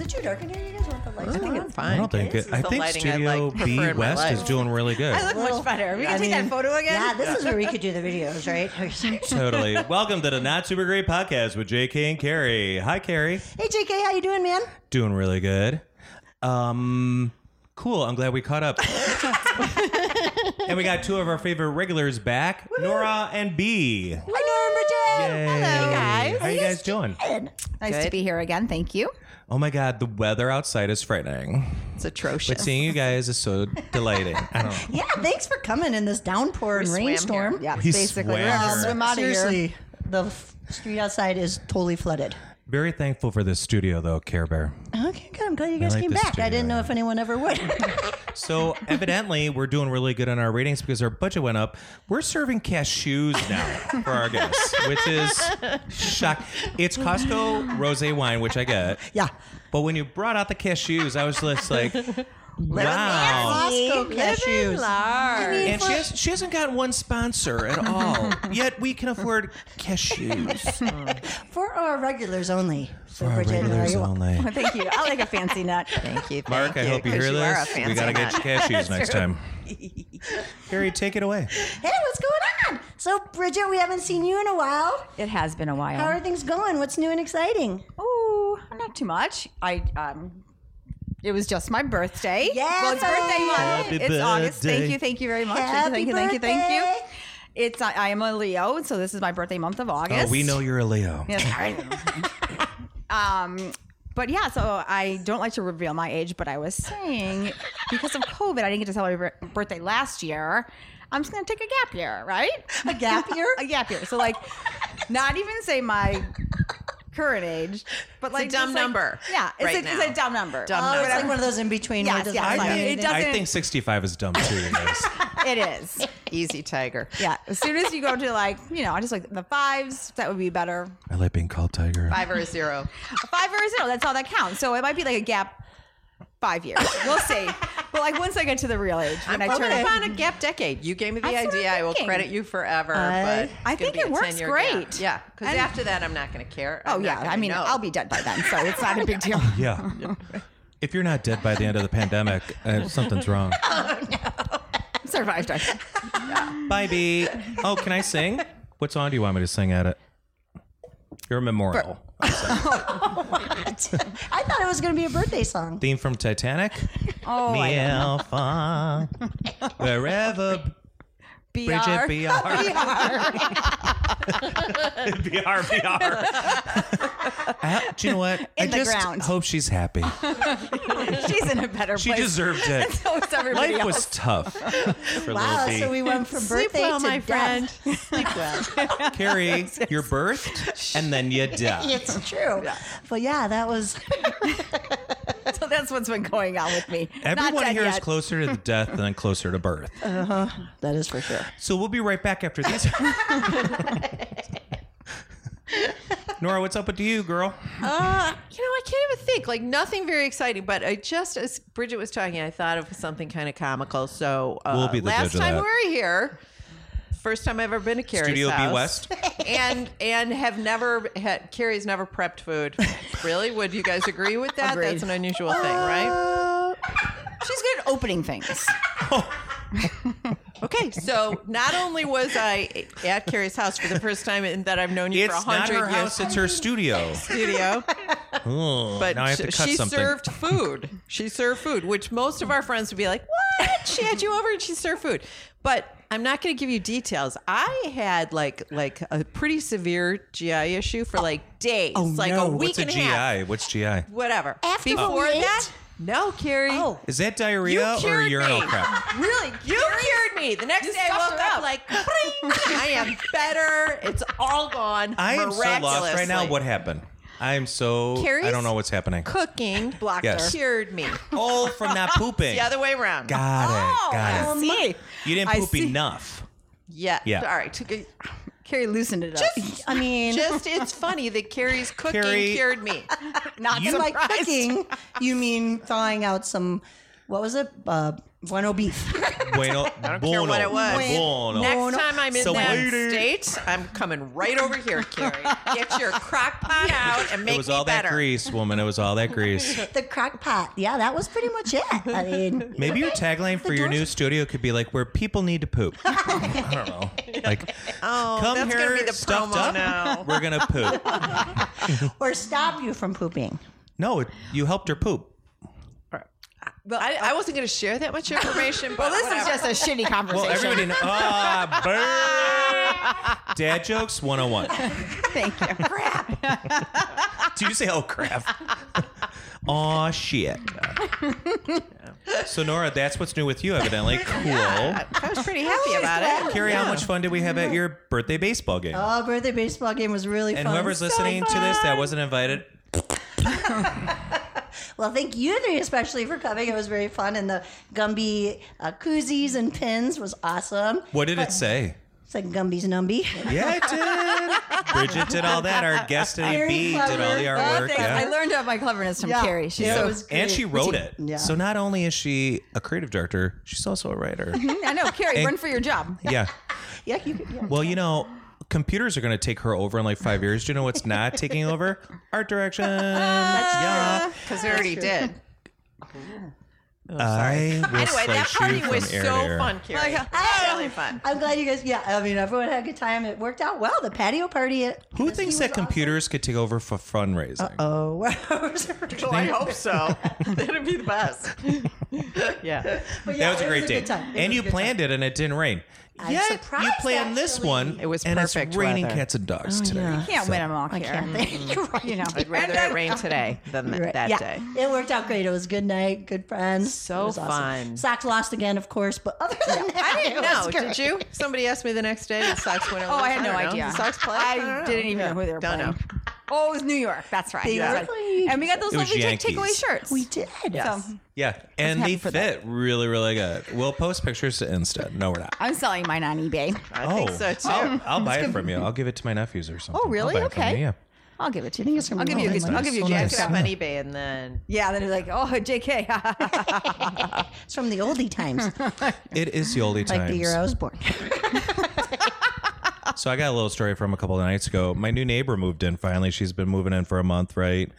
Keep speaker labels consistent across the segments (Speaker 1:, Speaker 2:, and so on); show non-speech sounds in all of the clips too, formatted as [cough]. Speaker 1: it too dark in here? You guys want the lights
Speaker 2: I think
Speaker 1: on?
Speaker 2: it's
Speaker 3: I
Speaker 2: fine.
Speaker 3: don't think
Speaker 1: This
Speaker 3: it.
Speaker 1: is
Speaker 3: I
Speaker 2: the
Speaker 3: think
Speaker 2: lighting I
Speaker 3: Studio
Speaker 2: like, prefer
Speaker 3: B
Speaker 2: in my
Speaker 3: West is
Speaker 2: life.
Speaker 3: doing
Speaker 2: [laughs]
Speaker 3: really good.
Speaker 4: I look much better. Are we gonna
Speaker 1: I
Speaker 4: take
Speaker 1: mean,
Speaker 4: that photo again?
Speaker 1: Yeah, this is where we could do the videos, right? [laughs] hey,
Speaker 3: totally. Welcome to the Not Super Great Podcast with J.K. and Carrie. Hi, Carrie.
Speaker 1: JK, how you doing, man?
Speaker 3: Doing really good. Um, cool. I'm glad we caught up. and we got two of our favorite regulars back, Nora and B. Yay.
Speaker 1: Hi, Norma Jane.
Speaker 3: Hello,
Speaker 4: guys.
Speaker 3: How you guys doing?
Speaker 4: nice to
Speaker 2: Good.
Speaker 4: be here again. Thank you.
Speaker 3: Oh my God, the weather outside is frightening.
Speaker 2: It's atrocious.
Speaker 3: But seeing you guys is [laughs] so delighting. I don't know.
Speaker 1: Yeah, thanks for coming in this downpour and
Speaker 2: swam
Speaker 1: rainstorm.
Speaker 2: here.
Speaker 4: Yeah,
Speaker 3: He
Speaker 4: basically,
Speaker 3: swam
Speaker 4: we're all
Speaker 3: here.
Speaker 4: swim out of here.
Speaker 1: Seriously, the f- street outside is totally flooded.
Speaker 3: Very thankful for this studio, though, Care Bear.
Speaker 1: Okay, good. I'm glad you guys
Speaker 3: like
Speaker 1: came
Speaker 3: this
Speaker 1: back. I
Speaker 3: studio,
Speaker 1: didn't know
Speaker 3: yeah.
Speaker 1: if anyone ever would. [laughs]
Speaker 3: So evidently, we're doing really good on our ratings because our budget went up. We're serving cashews now for our guests, which is shock. It's Costco rosé wine, which I get.
Speaker 1: yeah.
Speaker 3: But when you brought out the cashews, I was just like, wow.
Speaker 1: Costco cashews.
Speaker 4: Large.
Speaker 3: And she, has, she hasn't gotten one sponsor at all. Yet we can afford cashews
Speaker 1: For our regulars only. So,
Speaker 3: for [laughs] our
Speaker 1: Bridget, are
Speaker 3: regulars
Speaker 1: you-
Speaker 3: only.
Speaker 4: Thank you. I like a fancy nut. Thank you.
Speaker 3: Mark, I hope you hear this. we gotta get you cashews next time. Harry, take it away.
Speaker 1: Hey, what's going on? So, Bridget, we haven't seen you in a while.
Speaker 4: It has been a while.
Speaker 1: How are things going? What's new and exciting?
Speaker 4: Oh, not too much. I um, it was just my birthday.
Speaker 1: Yes!
Speaker 4: well, it's birthday month.
Speaker 3: Happy
Speaker 4: it's August. Thank
Speaker 3: birthday.
Speaker 4: you, thank you very much.
Speaker 1: Happy
Speaker 4: thank you, thank you, thank you, thank
Speaker 1: birthday.
Speaker 4: you. It's I, I am a Leo, so this is my birthday month of August.
Speaker 3: Oh, we know you're a Leo.
Speaker 4: Yes,
Speaker 2: [laughs]
Speaker 4: I- um, but yeah, so I don't like to reveal my age, but I was saying because of COVID, I didn't get to celebrate bir- birthday last year. I'm just gonna take a gap year, right?
Speaker 1: A
Speaker 4: [laughs]
Speaker 1: gap year?
Speaker 4: a gap year. So like, not even say my current age, but like
Speaker 2: dumb
Speaker 4: just, like-
Speaker 2: number
Speaker 4: Yeah, it's,
Speaker 2: right
Speaker 4: a, it's a
Speaker 2: now.
Speaker 4: dumb number.
Speaker 2: Dumb
Speaker 1: Oh, it's
Speaker 2: number.
Speaker 1: like one of those in between.
Speaker 4: Yes,
Speaker 1: does
Speaker 4: yes, I mean, it does-
Speaker 3: I
Speaker 4: doesn't-
Speaker 3: think 65 is dumb too, you guys.
Speaker 4: It is.
Speaker 2: Easy tiger.
Speaker 4: Yeah. As soon as you go to like, you know, I just like the fives. That would be better.
Speaker 3: [laughs] I like being called Tiger.
Speaker 2: Five or a [laughs] zero.
Speaker 4: A five or a zero. That's all that counts. So it might be like a gap five years. We'll see. but like once I get to the real age, when I
Speaker 2: I'm
Speaker 4: turn
Speaker 2: turning upon
Speaker 4: [laughs]
Speaker 2: a gap decade. You gave me the
Speaker 4: That's what
Speaker 2: idea.
Speaker 4: I'm
Speaker 2: I will
Speaker 4: thinking.
Speaker 2: credit you forever.
Speaker 1: I-
Speaker 2: but
Speaker 4: I
Speaker 2: it's gonna
Speaker 4: think
Speaker 2: be
Speaker 4: it
Speaker 2: a
Speaker 4: works
Speaker 2: 10-year
Speaker 4: great.
Speaker 2: Gap. Yeah, because
Speaker 4: And-
Speaker 2: after that, I'm not going to care.
Speaker 4: Oh
Speaker 2: I'm not
Speaker 4: yeah,
Speaker 2: gonna
Speaker 4: I mean,
Speaker 2: know.
Speaker 4: I'll be dead by then, so it's not a big
Speaker 2: [laughs]
Speaker 4: deal.
Speaker 3: Yeah. If you're not dead by the end of the pandemic, uh, something's wrong.
Speaker 4: Survived. I-
Speaker 3: Bye, B. Oh, can I sing? What song do you want me to sing at it? You're memorial.
Speaker 1: I thought it [laughs] was going to be a birthday song.
Speaker 3: Theme from Titanic.
Speaker 4: Oh, I don't know.
Speaker 3: Alpha. [laughs] Wherever Bridget
Speaker 4: BR.
Speaker 3: [laughs]
Speaker 4: [laughs]
Speaker 3: BR. BR, BR. I, Ah, do you know what? I
Speaker 4: In the
Speaker 3: just
Speaker 4: ground.
Speaker 3: hope she's happy.
Speaker 4: She's in a better
Speaker 3: She
Speaker 4: place.
Speaker 3: deserved it.
Speaker 4: [laughs] so is everybody
Speaker 3: Life
Speaker 4: else.
Speaker 3: was tough for
Speaker 1: Wow,
Speaker 3: Lil B.
Speaker 1: so we went from
Speaker 2: Sleep
Speaker 1: birthday
Speaker 2: well,
Speaker 1: to
Speaker 2: my
Speaker 1: death.
Speaker 4: [laughs]
Speaker 2: friend. Sleep well. [laughs]
Speaker 3: Carrie, you're birthed and then you die.
Speaker 1: [laughs] It's true. But yeah, that was
Speaker 4: so that's what's been going on with me. Not
Speaker 3: Everyone
Speaker 4: dead
Speaker 3: here is
Speaker 4: yet.
Speaker 3: closer
Speaker 2: [laughs]
Speaker 3: to death than closer to birth.
Speaker 1: [laughs] that is for [laughs] sure.
Speaker 3: So we'll be right back after
Speaker 2: [laughs]
Speaker 3: these. Nora, what's up with you, girl?
Speaker 2: Uh, you know, I can't even think. Like nothing very exciting. But I just as Bridget was talking, I thought of something kind of comical. So uh,
Speaker 3: We'll be the judge
Speaker 2: last
Speaker 3: of
Speaker 2: time
Speaker 3: that.
Speaker 2: we were here, first time I've ever been to Carrie's
Speaker 3: Studio B
Speaker 2: house,
Speaker 3: West?
Speaker 2: [laughs] and and have never had Carrie's never
Speaker 4: [laughs]
Speaker 2: prepped food. really? Would you guys agree with that?
Speaker 4: Agreed.
Speaker 2: That's an unusual thing,
Speaker 1: Uh,
Speaker 2: right?
Speaker 4: She's good at opening things.
Speaker 3: [laughs]
Speaker 2: Okay. So not only was I at Carrie's house for the first time in that I've known you for a
Speaker 3: It's not
Speaker 2: hundred
Speaker 3: her
Speaker 2: years.
Speaker 3: house, it's her
Speaker 2: [laughs]
Speaker 3: studio. [laughs]
Speaker 2: Studio,
Speaker 3: Oh,
Speaker 2: but
Speaker 3: now I have to
Speaker 2: sh-
Speaker 3: cut
Speaker 2: she
Speaker 3: something.
Speaker 2: served food. She served food, which most of our friends would be like, "What? She had you over and she served food." But I'm not going to give you details. I had like like a pretty severe GI issue for like days, like
Speaker 1: no.
Speaker 2: a week
Speaker 3: Oh, What's a
Speaker 2: and a
Speaker 3: GI?
Speaker 2: half,
Speaker 3: What's GI?
Speaker 2: whatever.
Speaker 1: After
Speaker 2: Before
Speaker 1: we ate?
Speaker 2: that, no, Carrie.
Speaker 1: Oh.
Speaker 3: Is that
Speaker 2: You
Speaker 3: diarrhea or
Speaker 2: cured
Speaker 3: urinal
Speaker 2: me.
Speaker 3: crap?
Speaker 2: Really? You cured me. The next day I
Speaker 4: stuffed
Speaker 2: woke
Speaker 4: her
Speaker 2: up
Speaker 4: up.
Speaker 2: like, I am [laughs] better. It's all gone.
Speaker 3: I am so lost right now.
Speaker 2: miraculously.
Speaker 3: What happened? I am so. I don't
Speaker 2: Carrie's
Speaker 3: know what's
Speaker 2: [laughs]
Speaker 3: happening.
Speaker 2: cooking blocked
Speaker 3: Yes.
Speaker 2: her. cured me?
Speaker 3: Oh, from not pooping.
Speaker 2: The other way around.
Speaker 3: Got it. Got
Speaker 2: Oh,
Speaker 3: it.
Speaker 4: I Oh, see.
Speaker 3: You didn't
Speaker 4: I
Speaker 3: poop
Speaker 4: see.
Speaker 3: enough.
Speaker 2: Yeah.
Speaker 3: Yeah.
Speaker 2: All right. Took a- [laughs]
Speaker 4: Carrie loosened it up.
Speaker 1: I mean,
Speaker 2: Just it's funny that Carrie's cooking
Speaker 3: Carrie- [laughs]
Speaker 2: cured me.
Speaker 4: Not
Speaker 3: You-
Speaker 1: by
Speaker 4: surprised.
Speaker 1: [laughs] cooking, you mean thawing out some, what was it? Uh, Bueno beef. [laughs]
Speaker 3: Bueno, I
Speaker 2: don't care what it was.
Speaker 3: Bueno.
Speaker 2: Next
Speaker 1: no.
Speaker 2: time I'm in
Speaker 3: Oh, So
Speaker 2: that
Speaker 3: waiting.
Speaker 2: state, I'm coming right over here, Carrie. Get your crock pot out and make
Speaker 3: it was
Speaker 2: me
Speaker 3: all
Speaker 2: better.
Speaker 3: that grease, woman. It was all that grease.
Speaker 1: [laughs] the crock pot. Yeah, that was pretty much it. I mean,
Speaker 3: Maybe
Speaker 1: [laughs]
Speaker 3: your tagline for your new studio could be like, "Where people need to poop." I don't know. [laughs] Like,
Speaker 2: Oh,
Speaker 3: come
Speaker 2: that's
Speaker 3: here,
Speaker 2: gonna be the
Speaker 3: stuffed
Speaker 2: promo
Speaker 3: up.
Speaker 2: now.
Speaker 3: We're gonna poop.
Speaker 1: or stop you from pooping.
Speaker 3: No, it, you helped her poop.
Speaker 2: Well, I, I wasn't going to share that much information, but
Speaker 4: This is
Speaker 2: [laughs]
Speaker 4: just a shitty conversation.
Speaker 3: Well, everybody. Kn- ah, burn. Dad jokes 101.
Speaker 4: Thank you.
Speaker 3: Do you say, "Oh [laughs] crap"? [laughs] Aw, shit. So Nora, that's what's new with you, evidently. Cool.
Speaker 2: I was pretty happy about it.
Speaker 3: Carrie, how much fun did we have at your birthday baseball game?
Speaker 1: Oh, birthday baseball game was really
Speaker 3: and
Speaker 1: fun.
Speaker 3: whoever's listening to this that wasn't invited,
Speaker 1: Well, thank you three especially for coming. It was very fun, and the Gumby uh, koozies and pins was awesome.
Speaker 3: what did it say?
Speaker 1: It's like Gumby's numby. [laughs]
Speaker 3: Yeah, it did. Bridget did all that. Our guest today,
Speaker 1: Very
Speaker 3: B, did all the
Speaker 1: clever.
Speaker 3: artwork.
Speaker 4: Thanks. I
Speaker 3: Yeah.
Speaker 4: learned about my cleverness from
Speaker 1: Yeah.
Speaker 4: Carrie. She's
Speaker 1: Yeah.
Speaker 3: Yeah.
Speaker 1: it was
Speaker 3: and
Speaker 1: great.
Speaker 3: she wrote it.
Speaker 1: Yeah.
Speaker 3: So not only is she a creative director, she's also a writer.
Speaker 4: so.
Speaker 3: [laughs]
Speaker 4: I know, Carrie,
Speaker 3: And-
Speaker 4: run for your job.
Speaker 3: yeah.
Speaker 1: Yeah, you,
Speaker 3: [laughs]
Speaker 1: could- yeah.
Speaker 3: Well, you know, computers are going to take her over in like five years. Do you know what's not taking over? Art direction. yeah.
Speaker 2: Because I already [laughs] did.
Speaker 3: I will
Speaker 2: Anyway, that
Speaker 3: slice you
Speaker 2: party
Speaker 3: from
Speaker 2: was
Speaker 3: ear
Speaker 2: so
Speaker 3: to ear.
Speaker 2: fun, Carrie. It was really [laughs] fun.
Speaker 1: I'm glad you guys. Yeah, I mean, everyone had a good time. It worked out well. The patio party. At,
Speaker 3: Who thinks that computers could take over for fundraising?
Speaker 1: oh, [laughs]
Speaker 2: Oh, I hope [laughs] so. That'd be the [laughs] best. [laughs]
Speaker 4: Yeah.
Speaker 1: But yeah,
Speaker 3: That was a
Speaker 1: it
Speaker 3: great
Speaker 1: a
Speaker 3: day.
Speaker 1: good time. It
Speaker 3: and
Speaker 1: was
Speaker 3: you
Speaker 1: a good
Speaker 3: planned it and it didn't rain.
Speaker 1: I'm
Speaker 3: Yet,
Speaker 1: surprised,
Speaker 3: you planned this
Speaker 1: actually.
Speaker 3: one
Speaker 2: It was
Speaker 3: and
Speaker 2: perfect
Speaker 3: it's raining
Speaker 2: weather. Oh,
Speaker 3: cats and dogs today.
Speaker 4: Can't
Speaker 3: So- Mm-hmm.
Speaker 4: win them all, Carrie.
Speaker 1: time. You're right.
Speaker 4: [laughs] You know.
Speaker 1: [laughs]
Speaker 2: I'd rather it rain today than th-
Speaker 1: Right.
Speaker 2: that
Speaker 1: yeah.
Speaker 2: day.
Speaker 1: It worked out great. It was a good night, good friends.
Speaker 2: So
Speaker 1: It was awesome.
Speaker 2: fun.
Speaker 1: Sox lost again, of course, but other than that,
Speaker 2: I
Speaker 1: it
Speaker 2: didn't
Speaker 1: was
Speaker 2: know.
Speaker 1: great.
Speaker 2: Did you? Somebody asked me the next day the Sox [laughs] went.
Speaker 4: Oh, I had no idea.
Speaker 2: The Sox play.
Speaker 4: I didn't even know who they were
Speaker 2: Don't
Speaker 4: playing.
Speaker 2: know.
Speaker 4: [laughs] Oh, it was New York. That's right.
Speaker 1: They
Speaker 4: That's
Speaker 1: were
Speaker 4: right.
Speaker 1: playing-
Speaker 4: And we got those
Speaker 3: It was
Speaker 4: lovely
Speaker 3: Yankees.
Speaker 4: takeaway shirts.
Speaker 1: We did.
Speaker 4: So
Speaker 3: Yeah. And
Speaker 4: happy
Speaker 3: they
Speaker 4: for
Speaker 3: fit
Speaker 4: that.
Speaker 3: really, really good. We'll post pictures instead. No, we're not. Oh,
Speaker 4: I'm selling mine on eBay.
Speaker 2: I think so too.
Speaker 3: I'll, I'll buy it from you. I'll give it to my nephews or something.
Speaker 4: Oh, really?
Speaker 3: I'll buy it from
Speaker 4: Okay.
Speaker 3: you, yeah.
Speaker 4: I'll give it to you. I'll give you a good. I'll give you a
Speaker 3: Oh,
Speaker 4: good.
Speaker 3: nice.
Speaker 2: Pick it up on eBay and [laughs] then
Speaker 4: Yeah, then it's like, oh,
Speaker 1: [laughs]
Speaker 4: JK.
Speaker 1: It's from the oldie times,
Speaker 3: [laughs] It is the oldie
Speaker 1: like
Speaker 3: times.
Speaker 1: the uh, year I was born. [laughs]
Speaker 3: So I got a little story from a couple of nights ago. My new neighbor moved in finally. She's been moving in for a month, right?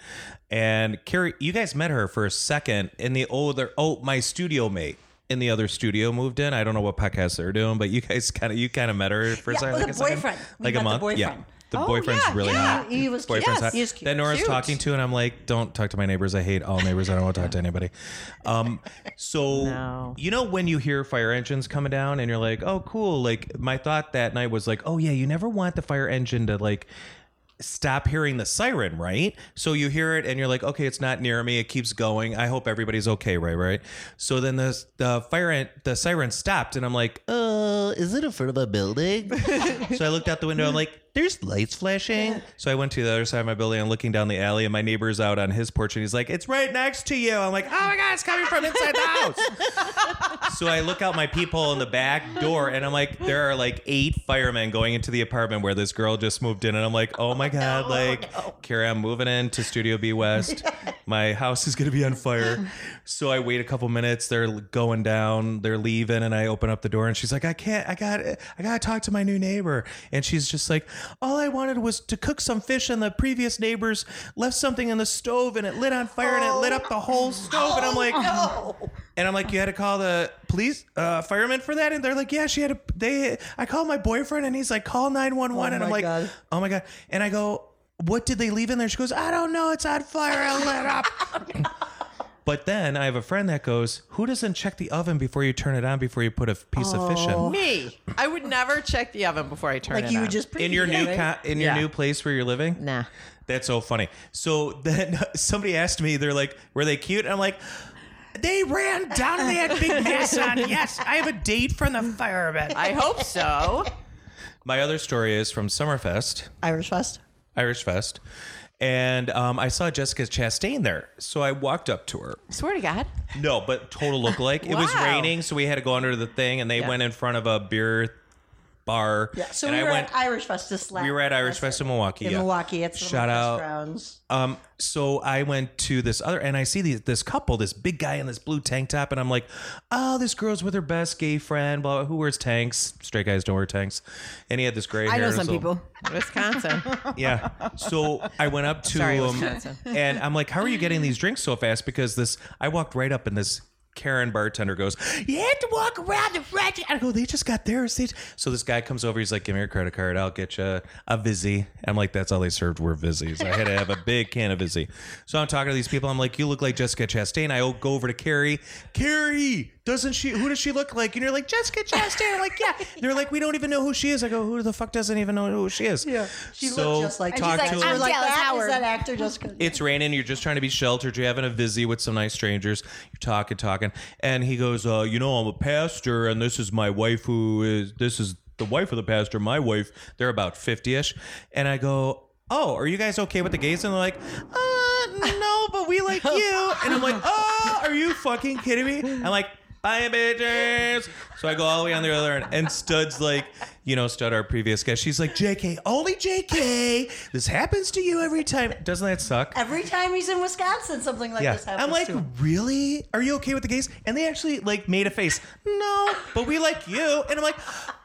Speaker 3: And Carrie, you guys met her for a second in the older oh, my studio mate in the other studio moved in. I don't know what podcast they're doing, but you guys kind of you kind of met her for a
Speaker 1: Yeah,
Speaker 3: second.
Speaker 1: well,
Speaker 3: like
Speaker 1: the
Speaker 3: a second-
Speaker 1: boyfriend. We
Speaker 3: Like
Speaker 1: met
Speaker 3: a
Speaker 1: the
Speaker 3: month. Yeah.
Speaker 1: boyfriend.
Speaker 3: The boyfriend's
Speaker 2: Oh, yeah,
Speaker 3: really
Speaker 2: yeah.
Speaker 3: hot.
Speaker 1: He was cute.
Speaker 3: boyfriend's
Speaker 1: Yes,
Speaker 3: hot.
Speaker 1: he was cute.
Speaker 3: That Nora's
Speaker 2: Cute.
Speaker 3: talking to, and I'm like, don't talk to my neighbors. I hate all neighbors. I don't want
Speaker 2: [laughs]
Speaker 3: to talk to anybody. Um, so
Speaker 2: No.
Speaker 3: you know when you hear fire engines coming down, and you're like, oh, cool. Like my thought that night was like, oh yeah, you never want the fire engine to like stop hearing the siren, right? So you hear it and you're like, okay, it's not near me. It keeps going. I hope everybody's okay, right? Right. So then the the fire en- the siren stopped, and I'm like, uh, is it in front of the building? so I looked out the window. I'm like, there's lights flashing. So I went to the other side of my building. I'm looking down the alley, and my neighbor's out on his porch, and he's like, it's right next to you. I'm like, oh my god, it's coming from inside the house. So I look out my peephole in the back door, and I'm like, there are like eight firemen going into the apartment where this girl just moved in, and I'm like, oh my god, like, Carrie, I'm moving into Studio B West. my house is gonna be on fire. So I wait a couple minutes. They're going down. They're leaving, and I open up the door, and she's like, I can't. I got. I gotta talk to my new neighbor, and she's just like, all I wanted was to cook some fish, and the previous neighbors left something in the stove, and it lit on fire, and it lit up the whole stove, and I'm like. And I'm like, you had to call the police, uh, firemen for that, and they're like, yeah, she had a. They, I called my boyfriend, and he's like, call nine one one, and I'm
Speaker 1: my
Speaker 3: like,
Speaker 1: God.
Speaker 3: oh my god, and I go, what did they leave in there? She goes, I don't know, it's on fire, it lit up. [laughs] But then I have a friend that goes, who doesn't check the oven before you turn it on before you put a piece of fish in?
Speaker 2: me, I would never check the oven before I turn it
Speaker 1: Like you
Speaker 2: on.
Speaker 1: would just
Speaker 3: In your
Speaker 1: preview
Speaker 3: new
Speaker 1: it, right?
Speaker 3: co in your
Speaker 2: Yeah.
Speaker 3: new place where you're living?
Speaker 2: nah.
Speaker 3: That's so funny. So then [laughs] somebody asked me, they're like, were they cute? I'm like, they ran down and they
Speaker 1: [laughs]
Speaker 3: had big masks on. Yes, I have a date from the fireman.
Speaker 2: I hope so.
Speaker 3: My other story is from Summerfest,
Speaker 1: Irish Fest.
Speaker 3: Irish Fest, and um, I saw Jessica Chastain there. So I walked up to her.
Speaker 2: [laughs] Swear to God.
Speaker 3: No, but total look like It was
Speaker 2: Wow.
Speaker 3: raining, so we had to go under the thing, and they
Speaker 2: Yeah.
Speaker 3: went in front of a beer bar.
Speaker 1: Yeah. So
Speaker 3: and
Speaker 1: we
Speaker 3: I
Speaker 1: were
Speaker 3: went.
Speaker 1: at Irish Fest this last.
Speaker 3: we were at Irish Fest in Milwaukee.
Speaker 1: in
Speaker 3: yeah.
Speaker 1: Milwaukee. It's
Speaker 3: Shout
Speaker 1: one of the
Speaker 3: out.
Speaker 1: best grounds.
Speaker 3: Um, so I went to this other, and I see these, this couple, this big guy in this blue tank top, and I'm like, oh, this girl's with her best gay friend, blah, blah who wears tanks. Straight guys don't wear tanks. And he had this gray
Speaker 4: I
Speaker 3: hair.
Speaker 4: know
Speaker 3: and
Speaker 4: some
Speaker 3: so-
Speaker 4: people.
Speaker 2: Wisconsin.
Speaker 3: Yeah. So I went up to
Speaker 2: Sorry,
Speaker 3: him,
Speaker 2: Wisconsin.
Speaker 3: and I'm like, how are you getting these drinks so fast? Because this, I walked right up, and this Karen bartender goes, you have to walk around the front. I go, they just got theirs. They-" So this guy comes over, he's like, give me your credit card, I'll get you a Vizzy. I'm like, that's all they served were Vizzies. I had to have a big can of Vizzy. So I'm talking to these people, I'm like, you look like Jessica Chastain. I go over to Carrie, Carrie, doesn't she, who does she look like? And you're like, Jessica Chastain. I'm like, yeah. And they're like, we don't even know who she is. I go, who the fuck doesn't even know who she is? Yeah.
Speaker 1: She looked just like.
Speaker 3: And talk
Speaker 1: she's
Speaker 3: to
Speaker 1: like,
Speaker 3: him.
Speaker 1: I'm like
Speaker 4: Dallas
Speaker 1: that, is
Speaker 4: Howard."
Speaker 1: that actor just.
Speaker 3: It's raining. You're just trying to be sheltered. You're having a vizzy with some nice strangers. You're talking, talking, and he goes, uh, "You know, I'm a pastor, and this is my wife. Who is this is the wife of the pastor? My wife. They're about fifty-ish." And I go, "Oh, are you guys okay with the gays?" And they're like, "Uh, no, but we
Speaker 1: [laughs]
Speaker 3: like you." And I'm like, "Oh, are you fucking kidding me?" I'm like. Bye, bitches. So I go all the way on the other end, and Stud's like, you know, Stud, our previous guest, she's like, JK, only JK. This happens to you every time. Doesn't that suck?
Speaker 1: Every time he's in Wisconsin, something like
Speaker 3: Yeah.
Speaker 1: this happens.
Speaker 3: I'm like,
Speaker 1: to him.
Speaker 3: really? Are you okay with the gays? And they actually like made a face. No, but we like you. And I'm like,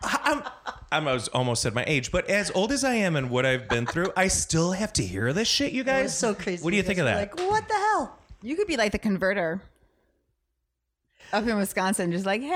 Speaker 3: I'm, I'm I was almost at my age, but as old as I am and what I've been through, I still have to hear this shit, you
Speaker 1: It
Speaker 3: guys.
Speaker 1: was so crazy.
Speaker 3: What do you
Speaker 1: He
Speaker 3: think of
Speaker 1: was
Speaker 3: that?
Speaker 1: Like, what the hell?
Speaker 4: You could be like the converter up in Wisconsin, just like, hey,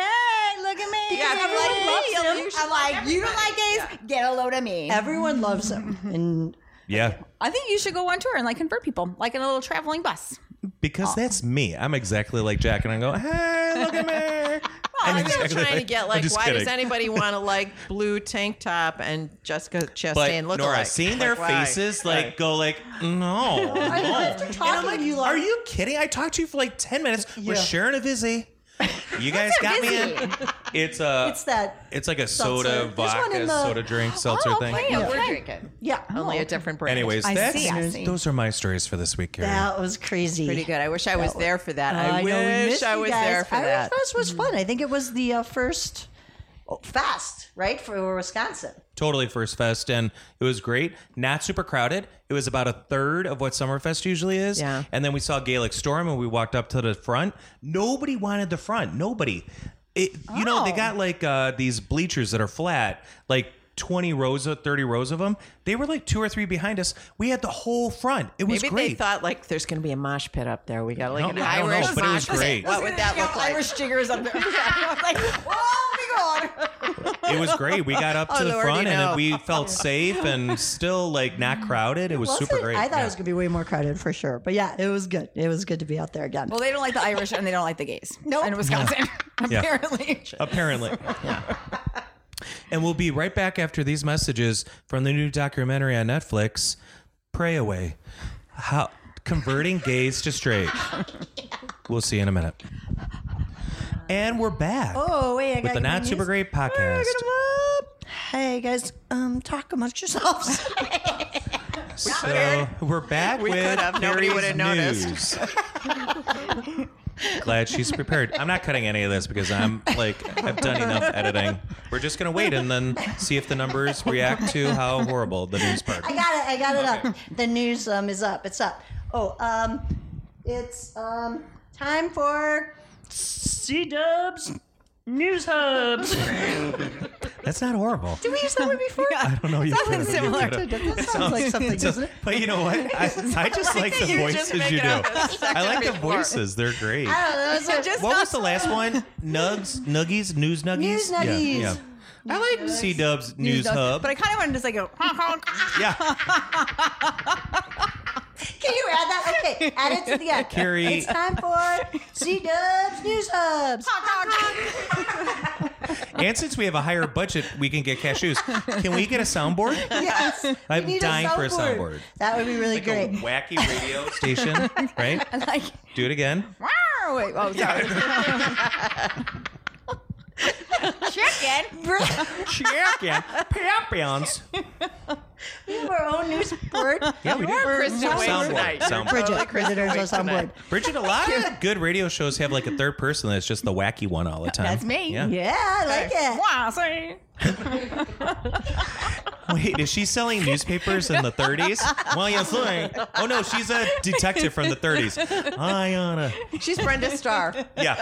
Speaker 4: look at me.
Speaker 1: Yeah, everyone loves
Speaker 4: I'm
Speaker 1: him.
Speaker 4: like, I'm like, you don't like gays? Get a load of me.
Speaker 1: Everyone loves him,
Speaker 2: [laughs]
Speaker 1: and
Speaker 3: yeah,
Speaker 4: I think you should go on tour and like convert people, like in a little traveling bus.
Speaker 3: because that's me. I'm exactly like Jack, and I go, hey, look at me. I'm [laughs]
Speaker 2: I'm still
Speaker 3: exactly
Speaker 2: trying to
Speaker 3: like-
Speaker 2: get
Speaker 3: I'm
Speaker 2: like,
Speaker 3: just
Speaker 2: why does
Speaker 3: kidding. [laughs]
Speaker 2: anybody want to like blue tank top and Jessica
Speaker 3: But
Speaker 2: Chastain look
Speaker 3: Nora,
Speaker 2: alike?
Speaker 3: seeing
Speaker 2: Like,
Speaker 3: their
Speaker 2: why?
Speaker 3: faces, like go like, no,
Speaker 1: I
Speaker 3: no.
Speaker 1: after talking to you, like,
Speaker 3: Are you kidding? I talked to you for like 10 minutes. We're
Speaker 1: Yeah.
Speaker 3: sharing a Vizzy. You guys got me in. It's a
Speaker 1: It's that.
Speaker 3: it's like a
Speaker 1: Seltzer.
Speaker 3: soda
Speaker 1: There's one
Speaker 3: vodka
Speaker 1: in the-
Speaker 3: soda drink seltzer
Speaker 4: oh,
Speaker 3: thing.
Speaker 4: okay,
Speaker 2: Yeah,
Speaker 4: okay.
Speaker 2: we're drinking.
Speaker 1: Yeah.
Speaker 2: Only a different brand.
Speaker 3: oh, Anyways,
Speaker 4: I
Speaker 3: that's
Speaker 4: see, I see.
Speaker 3: those are my stories for this week, Carrie.
Speaker 1: That was crazy.
Speaker 2: pretty good. I wish I was there for
Speaker 3: Oh,
Speaker 2: that. I,
Speaker 1: I know, we
Speaker 2: wish
Speaker 1: missed
Speaker 2: I
Speaker 1: you
Speaker 2: was
Speaker 1: guys.
Speaker 2: there for
Speaker 1: Irish
Speaker 2: that. Mm-hmm.
Speaker 1: Fest was fun. I think it was the uh, first fast, right, for Wisconsin.
Speaker 3: Totally first fest, and it was great. Not super crowded. It was about a third of what Summerfest usually is.
Speaker 2: Yeah.
Speaker 3: And then we saw Gaelic Storm, and we walked up to the front. Nobody wanted the front. Nobody. It, you know, they
Speaker 4: Oh.
Speaker 3: got like uh, these bleachers that are flat, like. 20 rows of 30 rows of them they were like two or three behind us we had the whole front it was
Speaker 2: Maybe
Speaker 3: great
Speaker 2: they thought like there's going to be a mosh pit up there. We got like
Speaker 3: No,
Speaker 2: an
Speaker 3: I don't know,
Speaker 2: Irish
Speaker 3: but it was
Speaker 2: mosh pit.
Speaker 3: great.
Speaker 2: What would that look like?
Speaker 4: Irish jiggers up there. [laughs] I was like, whoa, be gone.
Speaker 3: it was great. We
Speaker 2: [laughs]
Speaker 3: got up to
Speaker 2: Oh,
Speaker 3: the
Speaker 2: Lordy,
Speaker 3: front and
Speaker 2: no.
Speaker 3: we felt safe and still like not crowded. It was
Speaker 1: Was
Speaker 3: super
Speaker 1: it?
Speaker 3: great.
Speaker 1: I thought
Speaker 3: Yeah.
Speaker 1: it was going to be way more crowded for sure. But yeah, it was good. It was good to be out there again.
Speaker 4: Well, they don't like the Irish and they don't like the gays. No, in Wisconsin, [laughs] apparently.
Speaker 1: [laughs]
Speaker 3: apparently. And we'll be right back after these messages from the new documentary on Netflix, Pray Away. How converting gays to straight. We'll see you in a minute. And we're back.
Speaker 1: oh, wait. I
Speaker 3: with
Speaker 1: got
Speaker 3: the
Speaker 1: good
Speaker 3: not
Speaker 1: news.
Speaker 3: super great podcast.
Speaker 1: Hey, guys, um, talk amongst yourselves. [laughs]
Speaker 3: So we're back
Speaker 2: We
Speaker 3: with
Speaker 2: could have. Nobody
Speaker 3: Carrie's
Speaker 2: would have noticed.
Speaker 3: news.
Speaker 2: [laughs]
Speaker 3: Glad she's prepared. I'm not cutting any of this because I'm like I've done enough editing. We're just gonna wait and then see if the numbers react to how horrible the news part.
Speaker 1: I got it. I got it up. The news um, is up. It's up. Oh, um, it's um, time for C Dubs News Hubs.
Speaker 3: That's not horrible.
Speaker 1: Did we use that one before?
Speaker 3: I don't know. You
Speaker 4: Something
Speaker 3: could've- you
Speaker 4: similar
Speaker 3: could've-
Speaker 1: That sounds like something, doesn't it?
Speaker 3: But you know what?
Speaker 1: [laughs]
Speaker 3: I, I just like the
Speaker 2: You
Speaker 3: voices
Speaker 2: just
Speaker 3: you
Speaker 2: make
Speaker 3: do.
Speaker 2: it up as a
Speaker 3: I like the
Speaker 2: secretary.
Speaker 3: voices. They're great.
Speaker 2: Oh,
Speaker 1: I don't know. [laughs] It's like-
Speaker 4: Just
Speaker 3: What was the last one? Nugs, nuggies, news nuggies.
Speaker 1: News
Speaker 3: Yeah,
Speaker 1: nuggies.
Speaker 3: yeah. I like C Dub's news,
Speaker 4: News does-
Speaker 3: hub.
Speaker 4: But I kind of wanted to just like go, honk, honk.
Speaker 3: yeah.
Speaker 1: Can you add that? Okay, add it to the end.
Speaker 3: Carrie-
Speaker 1: It's time
Speaker 2: [laughs]
Speaker 1: for C Dubs News Hubs.
Speaker 3: And since we have a higher budget, we can get cashews. Can we get a soundboard?
Speaker 1: Yes. we
Speaker 3: I'm
Speaker 1: need
Speaker 3: dying for a soundboard.
Speaker 1: That would be really great.
Speaker 3: wacky radio station, right?
Speaker 4: like,
Speaker 3: Do it again.
Speaker 4: wow. Wait, oh, sorry. Chicken.
Speaker 3: Chicken. Champions.
Speaker 1: We have our own news report.
Speaker 3: Yeah, we do.
Speaker 2: Kristen Wiig
Speaker 3: Soundboard,
Speaker 2: tonight.
Speaker 3: soundboard.
Speaker 1: Bridget,
Speaker 2: Probably Kristen
Speaker 1: Bridget, there's
Speaker 2: Wiig
Speaker 1: a
Speaker 2: tonight.
Speaker 1: soundboard.
Speaker 3: Bridget, a lot of good radio shows have like a third person that's just the wacky one all the time.
Speaker 4: That's me.
Speaker 3: Yeah.
Speaker 1: Yeah, I like it.
Speaker 4: Wow, see?
Speaker 3: Wait, is she selling newspapers in the 30s? Well, yes, I. Oh no, she's a detective from the 30s. Hi, Anna.
Speaker 1: [laughs]
Speaker 2: She's Brenda Starr.
Speaker 3: Yeah.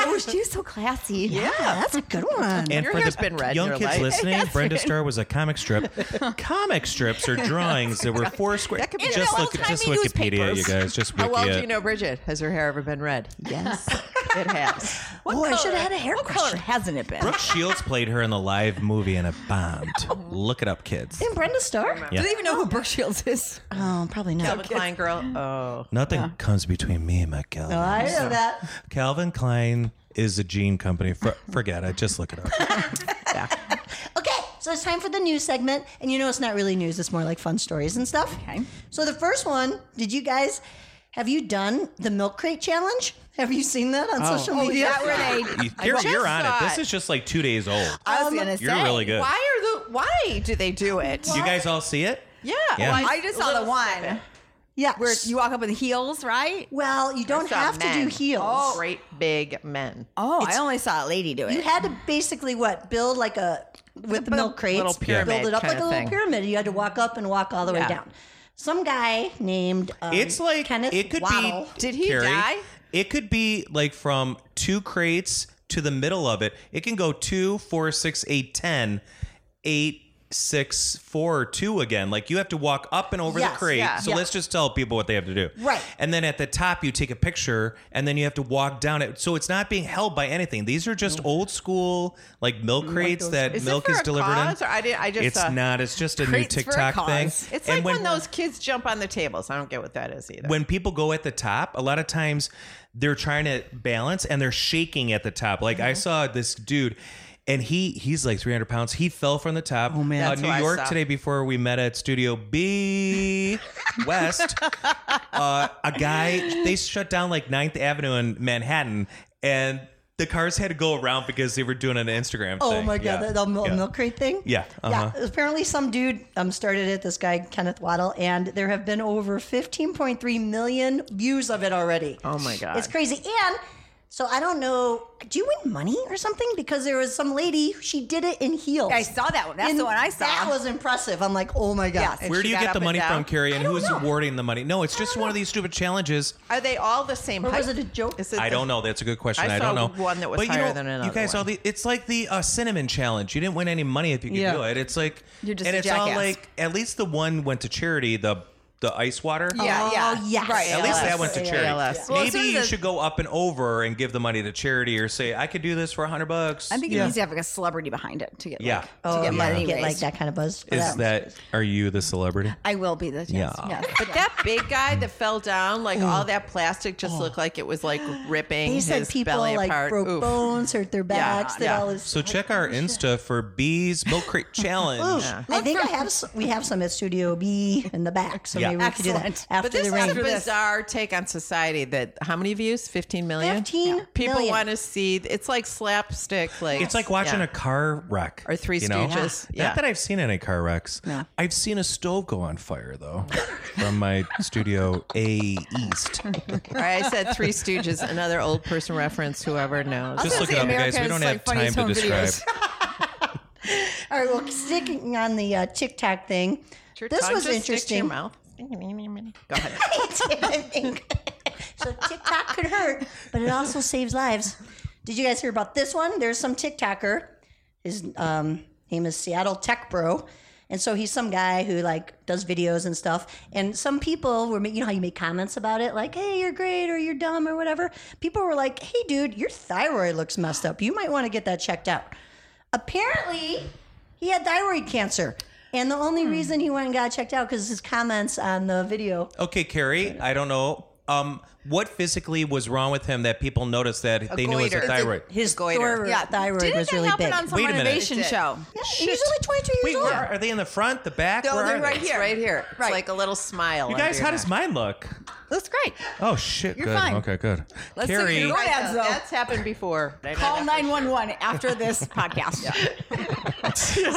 Speaker 4: Oh, she's so classy.
Speaker 1: Yeah, that's a good one.
Speaker 3: And
Speaker 2: Your
Speaker 3: for
Speaker 2: hair's
Speaker 3: the
Speaker 2: been red in
Speaker 3: young
Speaker 2: your
Speaker 3: kids
Speaker 2: life. [laughs]
Speaker 3: listening, Brenda Starr was a comic strip. comic strips are drawings that were four square.
Speaker 2: could be
Speaker 3: Just
Speaker 2: in
Speaker 3: look,
Speaker 4: old-timey
Speaker 3: just Wikipedia,
Speaker 4: newspapers.
Speaker 3: you guys. Just Wikia.
Speaker 2: How [laughs] well do you know Bridget? Has her hair ever been red? Yes, it has.
Speaker 1: oh, I should have had a hair
Speaker 4: What color
Speaker 1: question.
Speaker 4: hasn't it been?
Speaker 3: Brooke Shields played her in the live movie and it
Speaker 2: [laughs]
Speaker 3: bombed.
Speaker 2: Oh.
Speaker 3: Look it up, kids.
Speaker 1: And Brenda Starr?
Speaker 3: Yeah.
Speaker 4: Do they even know who Brooke Shields
Speaker 3: [laughs]
Speaker 4: is?
Speaker 1: Oh, probably not.
Speaker 2: Calvin Klein girl. Oh,
Speaker 3: Nothing comes between me and my Calvin.
Speaker 1: I know that.
Speaker 3: Calvin Klein is a jean company. For, forget it. Just look
Speaker 2: [laughs]
Speaker 3: it up.
Speaker 1: Okay, so it's time for the news segment. And you know, it's not really news, it's more like fun stories and stuff.
Speaker 4: Okay.
Speaker 1: So, the first one, did you guys, have you done the milk crate challenge? Have you seen that on
Speaker 3: Oh.
Speaker 1: social media?
Speaker 4: Oh, that where they.
Speaker 3: You- You're,
Speaker 2: just
Speaker 3: you're on it.
Speaker 2: saw
Speaker 3: This
Speaker 2: it.
Speaker 3: is just like two days old.
Speaker 4: I was gonna say.
Speaker 3: You're really good.
Speaker 2: why are the? Why do they do it?
Speaker 3: You guys all see it?
Speaker 2: yeah,
Speaker 3: Yeah.
Speaker 2: why-
Speaker 4: I just saw the one
Speaker 1: yeah.
Speaker 4: where you walk up in heels, right?
Speaker 1: well, you don't
Speaker 2: Saw
Speaker 1: have to do
Speaker 2: men.
Speaker 1: heels.
Speaker 2: Great big men.
Speaker 4: Oh, I only saw a lady do
Speaker 1: You
Speaker 4: it.
Speaker 1: had to basically what build like a with the
Speaker 2: Little-
Speaker 1: milk crates,
Speaker 2: little
Speaker 1: build
Speaker 2: pyramid
Speaker 1: it up like
Speaker 2: kinda
Speaker 1: a little
Speaker 2: thing.
Speaker 1: pyramid. You had to walk up and walk all the way
Speaker 2: Yeah.
Speaker 1: down. Some guy named um,
Speaker 3: It's like
Speaker 1: Kenneth
Speaker 3: it could
Speaker 1: Waddle.
Speaker 3: be.
Speaker 2: Did he
Speaker 3: Carrie,
Speaker 2: die?
Speaker 3: It could be like from two crates to the middle of it. It can go two, four, six, eight, ten, eight, six, four, two again. Like you have to walk up and over
Speaker 1: Yes,
Speaker 3: the crate.
Speaker 2: yeah.
Speaker 3: So
Speaker 1: Yeah.
Speaker 3: let's just tell people what they have to do.
Speaker 1: Right.
Speaker 3: And then at the top you take a picture, and then you have to walk down it. So it's not being held by anything. These are just old school like milk crates that
Speaker 2: Is it
Speaker 3: milk
Speaker 2: for
Speaker 3: is
Speaker 2: a
Speaker 3: delivered
Speaker 2: cause,
Speaker 3: in.
Speaker 2: or I did- I just uh,
Speaker 3: it's
Speaker 2: saw-
Speaker 3: not. It's just a new
Speaker 4: Crates for a
Speaker 3: TikTok thing.
Speaker 4: cause.
Speaker 2: It's
Speaker 3: And
Speaker 2: like when,
Speaker 3: when
Speaker 2: those kids jump on the tables. I don't get what that is either.
Speaker 3: when people go at the top, a lot of times they're trying to balance and they're shaking at the top. Like I saw this dude. And he he's like 300 pounds. He fell from the top. Oh
Speaker 1: man.
Speaker 3: uh,
Speaker 2: That's
Speaker 3: New
Speaker 2: what I
Speaker 3: York
Speaker 2: saw.
Speaker 3: today before we met at Studio B West. uh, a guy they shut down like 9th Avenue in Manhattan, and the cars had to go around because they were doing an Instagram.
Speaker 1: Oh
Speaker 3: thing.
Speaker 1: my god,
Speaker 3: Yeah.
Speaker 1: the, the mil-
Speaker 3: Yeah.
Speaker 1: milk crate thing.
Speaker 3: Yeah, uh-huh.
Speaker 1: yeah. Apparently, some dude um, started it. This guy Kenneth Waddle, and there have been over 15.3 million views of it already.
Speaker 2: Oh my God.
Speaker 1: it's crazy. And so I don't know, do you win money or something? Because there was some lady, she did it in heels.
Speaker 4: I saw that one. That's
Speaker 1: And
Speaker 4: the one I saw.
Speaker 1: That was impressive. I'm like, oh my god.
Speaker 4: Yes.
Speaker 3: Where
Speaker 2: she
Speaker 3: do you
Speaker 2: got
Speaker 3: get
Speaker 2: up
Speaker 3: the
Speaker 2: and
Speaker 3: money
Speaker 2: down?
Speaker 3: from, Carrie? And who's awarding the money? No, it's just one of these stupid challenges.
Speaker 2: Are they all the same
Speaker 1: Or
Speaker 2: height?
Speaker 1: was it a joke?
Speaker 2: Is it
Speaker 3: I
Speaker 2: the-
Speaker 3: don't know. That's a good question.
Speaker 2: I
Speaker 3: I, don't
Speaker 2: saw
Speaker 3: know.
Speaker 2: one that was
Speaker 3: But you
Speaker 2: higher
Speaker 3: know,
Speaker 2: than another
Speaker 3: You guys, all
Speaker 2: one.
Speaker 3: the it's like the uh, cinnamon challenge. You didn't win any money if you could
Speaker 1: Yeah.
Speaker 3: do it. It's like
Speaker 4: You're just
Speaker 3: and
Speaker 4: a
Speaker 3: it's all
Speaker 4: jackass.
Speaker 3: like at least the one went to charity. The the ice water.
Speaker 4: Yeah,
Speaker 1: Oh,
Speaker 4: yeah.
Speaker 1: yes.
Speaker 4: Right.
Speaker 3: At least
Speaker 2: ALS.
Speaker 3: that went to charity.
Speaker 2: ALS.
Speaker 4: Well, as
Speaker 3: Maybe
Speaker 4: soon as
Speaker 3: you
Speaker 4: the-
Speaker 3: should go up and over and give the money to charity, or say, "I could do this for a hundred bucks."
Speaker 4: I think it needs to have like a celebrity behind it to get
Speaker 3: Yeah.
Speaker 4: like,
Speaker 1: Oh,
Speaker 4: to get
Speaker 1: yeah.
Speaker 4: money
Speaker 1: get like
Speaker 4: raised.
Speaker 1: that kind of buzz. for
Speaker 3: is that are you the celebrity?
Speaker 4: I will be the yes,
Speaker 3: Yeah.
Speaker 4: yes.
Speaker 2: But that big guy that fell down, like
Speaker 3: Oh.
Speaker 2: all that plastic, just looked like it was like ripping
Speaker 1: They
Speaker 2: his
Speaker 1: said people
Speaker 2: belly
Speaker 1: like
Speaker 2: apart.
Speaker 1: broke
Speaker 2: Oof.
Speaker 1: bones, hurt their backs, did
Speaker 2: yeah.
Speaker 1: all this.
Speaker 3: So check our Insta for Bees Milk
Speaker 2: [laughs]
Speaker 3: Crate Challenge.
Speaker 1: I think I have s we have some at Studio B in the back, so
Speaker 3: Yeah.
Speaker 1: maybe we could do that
Speaker 4: Excellent.
Speaker 1: after
Speaker 2: But this
Speaker 1: the
Speaker 2: is
Speaker 1: rain.
Speaker 2: a bizarre take on society. That how many views? Fifteen million.
Speaker 1: 15 Yeah.
Speaker 2: people
Speaker 1: million.
Speaker 2: want to see. It's like slapstick. Like
Speaker 3: It's like watching a car wreck
Speaker 2: Or Three
Speaker 3: you know?
Speaker 2: Stooges.
Speaker 3: Not
Speaker 2: Yeah.
Speaker 3: that I've seen any car wrecks.
Speaker 4: No.
Speaker 3: I've seen a stove go on fire though, from my studio A East.
Speaker 2: All right, I said Three Stooges, another old person reference. Whoever knows.
Speaker 3: Just look it up, guys. We don't have time to describe.
Speaker 1: All right, well, sticking on the uh, TikTok thing,
Speaker 2: Your
Speaker 1: this
Speaker 2: tongue
Speaker 1: was
Speaker 2: just sticks to
Speaker 1: interesting.
Speaker 2: Your mouth.
Speaker 1: [laughs]
Speaker 2: Go ahead.
Speaker 1: I think. [laughs] so TikTok could hurt, but it also saves lives. Did you guys hear about this one? There's some TikToker. His um, name is Seattle Tech Bro. And so he's some guy who like does videos and stuff. And some people were, ma- you know, how you make comments about it, like, "Hey, you're great," or "You're dumb," or whatever. People were like, "Hey, dude, your thyroid looks messed up. You might want to get that checked out." Apparently, he had thyroid cancer, and the only reason he went and got checked out because his comments on the video
Speaker 3: [laughs] Okay, Carrie. I don't know. Um, what physically was wrong with him that people noticed that they knew it was a
Speaker 2: goiter. It's a-
Speaker 3: thyroid?
Speaker 1: his
Speaker 2: goiter.
Speaker 1: thyroid,
Speaker 4: Yeah,
Speaker 1: thyroid
Speaker 4: Didn't
Speaker 1: was
Speaker 4: that
Speaker 1: really
Speaker 4: happen
Speaker 1: big.
Speaker 4: on some
Speaker 3: Wait a minute.
Speaker 4: renovation
Speaker 2: It did.
Speaker 4: show?
Speaker 1: and he's only 22 years
Speaker 3: Wait,
Speaker 1: old.
Speaker 3: where are, are they in the front, the back?
Speaker 2: No,
Speaker 3: where
Speaker 2: they're
Speaker 3: are
Speaker 2: right
Speaker 3: they?
Speaker 2: here. Right here. It's
Speaker 4: Right.
Speaker 2: like a little smile.
Speaker 3: You guys, how does mine look?
Speaker 4: Looks great.
Speaker 3: Oh shit!
Speaker 4: You're
Speaker 3: good.
Speaker 4: fine.
Speaker 3: Okay, good.
Speaker 4: Let's see
Speaker 3: Carrie,
Speaker 4: your- Right, though.
Speaker 2: That's happened before.
Speaker 4: Call 911
Speaker 3: [laughs]
Speaker 4: after this podcast.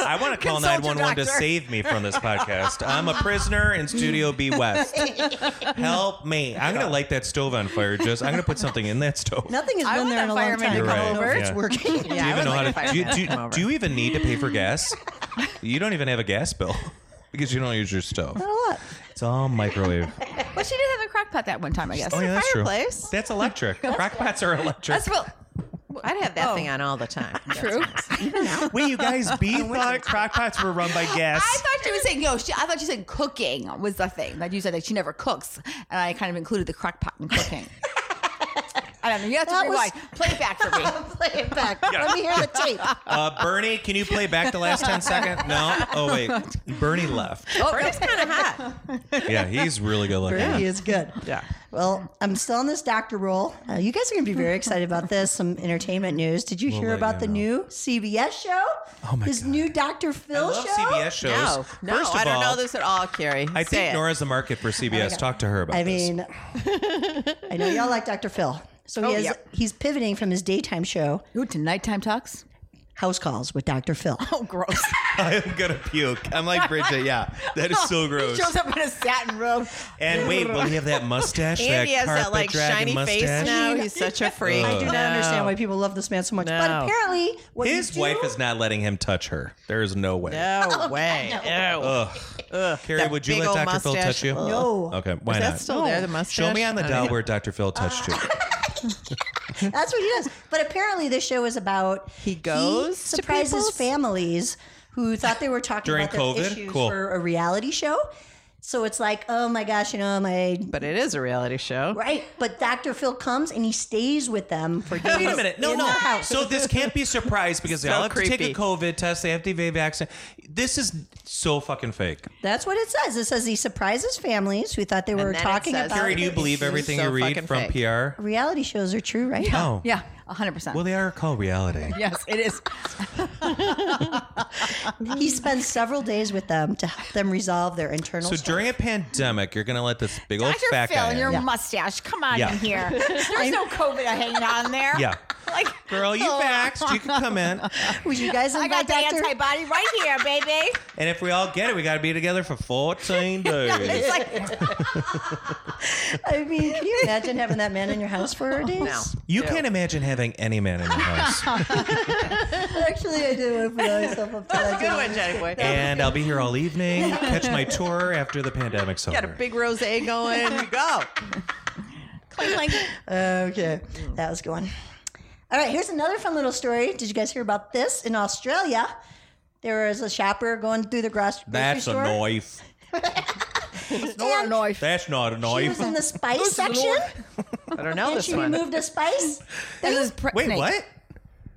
Speaker 4: [laughs]
Speaker 3: I want to call
Speaker 4: Consult your
Speaker 3: 911 to
Speaker 4: doctor.
Speaker 3: save me from this podcast. I'm a prisoner in Studio B West.
Speaker 4: [laughs]
Speaker 3: Help me. I'm going to light that stove on fire, Just I'm going to put something in that stove.
Speaker 1: Nothing has
Speaker 4: I
Speaker 1: been
Speaker 4: want
Speaker 1: there in
Speaker 4: that
Speaker 1: a long
Speaker 4: fireman
Speaker 1: time.
Speaker 4: to
Speaker 3: come Right. over.
Speaker 1: It's
Speaker 3: Yeah.
Speaker 1: working.
Speaker 3: do you
Speaker 4: Yeah, I
Speaker 3: even
Speaker 4: would
Speaker 3: know
Speaker 4: like a
Speaker 3: how to, do, you-
Speaker 4: fireman
Speaker 3: do,
Speaker 4: come over.
Speaker 3: do you even need to pay for gas? you don't even have a gas bill [laughs] because you don't use your stove. It's all
Speaker 4: [laughs]
Speaker 3: microwave.
Speaker 4: Well, she did have a crock pot that one time, I guess.
Speaker 3: Oh, yeah, that's
Speaker 2: fireplace.
Speaker 3: true. That's electric. Crock pots are electric.
Speaker 4: That's what.
Speaker 2: I'd have that
Speaker 4: Oh.
Speaker 2: thing on all
Speaker 3: [laughs]
Speaker 2: the time.
Speaker 4: True.
Speaker 3: Wait, you
Speaker 4: [laughs]
Speaker 3: guys, B thought crock pots were run by gas.
Speaker 4: I thought she was saying no. She, I thought she said cooking was the thing that you said that she never cooks, and I kind of included the crock pot in cooking. I don't know. You have to
Speaker 1: That was-
Speaker 4: rewind. Play it back
Speaker 1: [laughs]
Speaker 4: for me.
Speaker 1: Play it
Speaker 4: [laughs]
Speaker 1: back. Let me hear the tape.
Speaker 3: Uh, Bernie, can you play back the last 10 seconds? No? Oh, wait. Bernie left.
Speaker 4: Oh,
Speaker 2: Bernie's
Speaker 1: [laughs]
Speaker 2: kind of hot.
Speaker 3: Yeah, he's really good looking.
Speaker 1: He is good.
Speaker 2: Yeah.
Speaker 1: Well, I'm still on this doctor roll. Uh, you guys are going to be very excited about this. Some entertainment news. Did you hear
Speaker 3: let
Speaker 1: about
Speaker 3: you
Speaker 1: the
Speaker 3: know.
Speaker 1: new CBS show?
Speaker 3: Oh, my
Speaker 1: His
Speaker 3: God.
Speaker 1: new Dr.
Speaker 3: I
Speaker 1: Phil
Speaker 3: love
Speaker 1: show.
Speaker 3: CBS shows.
Speaker 2: No, no,
Speaker 3: First of
Speaker 2: I don't
Speaker 3: all,
Speaker 2: know this at all, Carrie.
Speaker 3: I
Speaker 2: Say
Speaker 3: think
Speaker 2: it.
Speaker 3: Nora's the market for CBS. Talk to her about
Speaker 1: I
Speaker 3: this.
Speaker 1: mean, I know y'all like Dr. Phil. So he
Speaker 4: Oh,
Speaker 1: has,
Speaker 4: yeah.
Speaker 1: he's pivoting from his daytime show,
Speaker 4: Ooh, to nighttime talks.
Speaker 1: House Calls with Dr. Phil. [laughs]
Speaker 4: Oh, gross.
Speaker 3: [laughs]
Speaker 2: [laughs]
Speaker 3: I'm going to puke. I'm like Bridget. Yeah, that is
Speaker 4: [laughs]
Speaker 3: so gross.
Speaker 4: He shows up in a satin robe.
Speaker 3: And wait, will he have that mustache?
Speaker 2: And he has
Speaker 3: carpet
Speaker 2: that like
Speaker 3: dragon
Speaker 2: shiny
Speaker 3: mustache?
Speaker 2: face now. He's such a freak.
Speaker 1: I do not
Speaker 2: No.
Speaker 1: understand why people love this man so much. But
Speaker 2: No.
Speaker 1: apparently, what you
Speaker 3: His
Speaker 1: do-
Speaker 3: wife is not letting him touch her. There is no way.
Speaker 2: No way. Ew.
Speaker 3: Ugh. Carrie,
Speaker 2: That
Speaker 3: would you
Speaker 2: big
Speaker 3: let
Speaker 2: old
Speaker 3: Dr. Phil
Speaker 2: mustache.
Speaker 3: touch you?
Speaker 2: Ugh.
Speaker 1: No.
Speaker 3: Okay, why
Speaker 2: Is
Speaker 3: not?
Speaker 2: that still there? The mustache. Ah.
Speaker 3: Show me on the
Speaker 2: Oh,
Speaker 3: dial
Speaker 2: yeah.
Speaker 3: where Dr. Phil
Speaker 2: [laughs]
Speaker 3: touched you.
Speaker 1: That's what he does. But apparently, this show is about he
Speaker 2: goes to
Speaker 1: surprises
Speaker 2: people's?
Speaker 1: families who thought they were talking
Speaker 3: During
Speaker 1: about their
Speaker 3: COVID?
Speaker 1: issues
Speaker 3: Cool.
Speaker 1: for a reality show. So it's like, oh my gosh, you know, my
Speaker 2: But it is a reality show.
Speaker 1: right. But Dr. Phil comes and he stays with them for days.
Speaker 3: Wait a minute. No,
Speaker 1: in
Speaker 3: no.
Speaker 1: their house.
Speaker 3: So this can't be
Speaker 2: [laughs]
Speaker 3: surprised because they
Speaker 2: So
Speaker 3: all have to take
Speaker 2: creepy.
Speaker 3: a COVID test. They have to evade vaccine. This is so fucking fake.
Speaker 1: That's what it says. It says he surprises families who thought they were
Speaker 2: then it
Speaker 1: talking
Speaker 2: says-
Speaker 1: about
Speaker 3: Carrie, do you
Speaker 2: This
Speaker 3: believe
Speaker 2: is
Speaker 3: everything
Speaker 2: so
Speaker 3: you read
Speaker 2: fucking
Speaker 3: from
Speaker 2: fake.
Speaker 3: PR?
Speaker 1: reality shows are true, right?
Speaker 3: Oh.
Speaker 4: Yeah, 100%.
Speaker 3: Well, they are called reality.
Speaker 4: yes, it is.
Speaker 1: He spends several days with them to help them resolve their internal.
Speaker 3: So
Speaker 1: stuff.
Speaker 3: during a pandemic, you're going to let this big old
Speaker 4: Dr.
Speaker 3: fat
Speaker 4: Phil
Speaker 3: guy
Speaker 4: and
Speaker 3: in.
Speaker 4: your
Speaker 1: Yeah.
Speaker 4: mustache. Come on
Speaker 3: Yeah. [laughs]
Speaker 4: in here. There's no COVID hanging on there.
Speaker 3: Yeah.
Speaker 4: Like,
Speaker 3: Girl, you
Speaker 4: oh,
Speaker 3: vaxxed. You can come
Speaker 2: [laughs]
Speaker 3: in.
Speaker 1: would you guys
Speaker 4: I
Speaker 1: invite
Speaker 4: got the
Speaker 1: Dr.
Speaker 4: antibody right here, baby.
Speaker 3: And if we all get it, we got to be together for
Speaker 2: [laughs]
Speaker 3: 14
Speaker 4: It's
Speaker 1: [laughs]
Speaker 3: days.
Speaker 4: like,
Speaker 1: I mean, can you imagine having that man in your house for a day?
Speaker 2: No.
Speaker 3: You can't imagine having any man in
Speaker 2: [laughs]
Speaker 3: your house.
Speaker 1: Actually, I did open myself up to that.
Speaker 2: Good one, Jenny Boy.
Speaker 3: and I'll be here all evening. Catch
Speaker 2: [laughs]
Speaker 3: my tour after the pandemic's over.
Speaker 2: Got a big rose going. You go.
Speaker 4: clink, clink.
Speaker 1: Okay, that was good one. All right, here's another fun little story. Did you guys hear about this in Australia? There was a shopper going through the gros- grocery
Speaker 3: That's a
Speaker 1: store.
Speaker 3: knife.
Speaker 1: Nor a knife.
Speaker 3: That's not a
Speaker 1: She
Speaker 3: knife.
Speaker 1: was in the spice section,
Speaker 2: I don't know
Speaker 1: and
Speaker 2: this
Speaker 1: she
Speaker 2: one.
Speaker 1: removed a spice.
Speaker 4: This is pr-
Speaker 3: Wait,
Speaker 4: snake.
Speaker 3: what?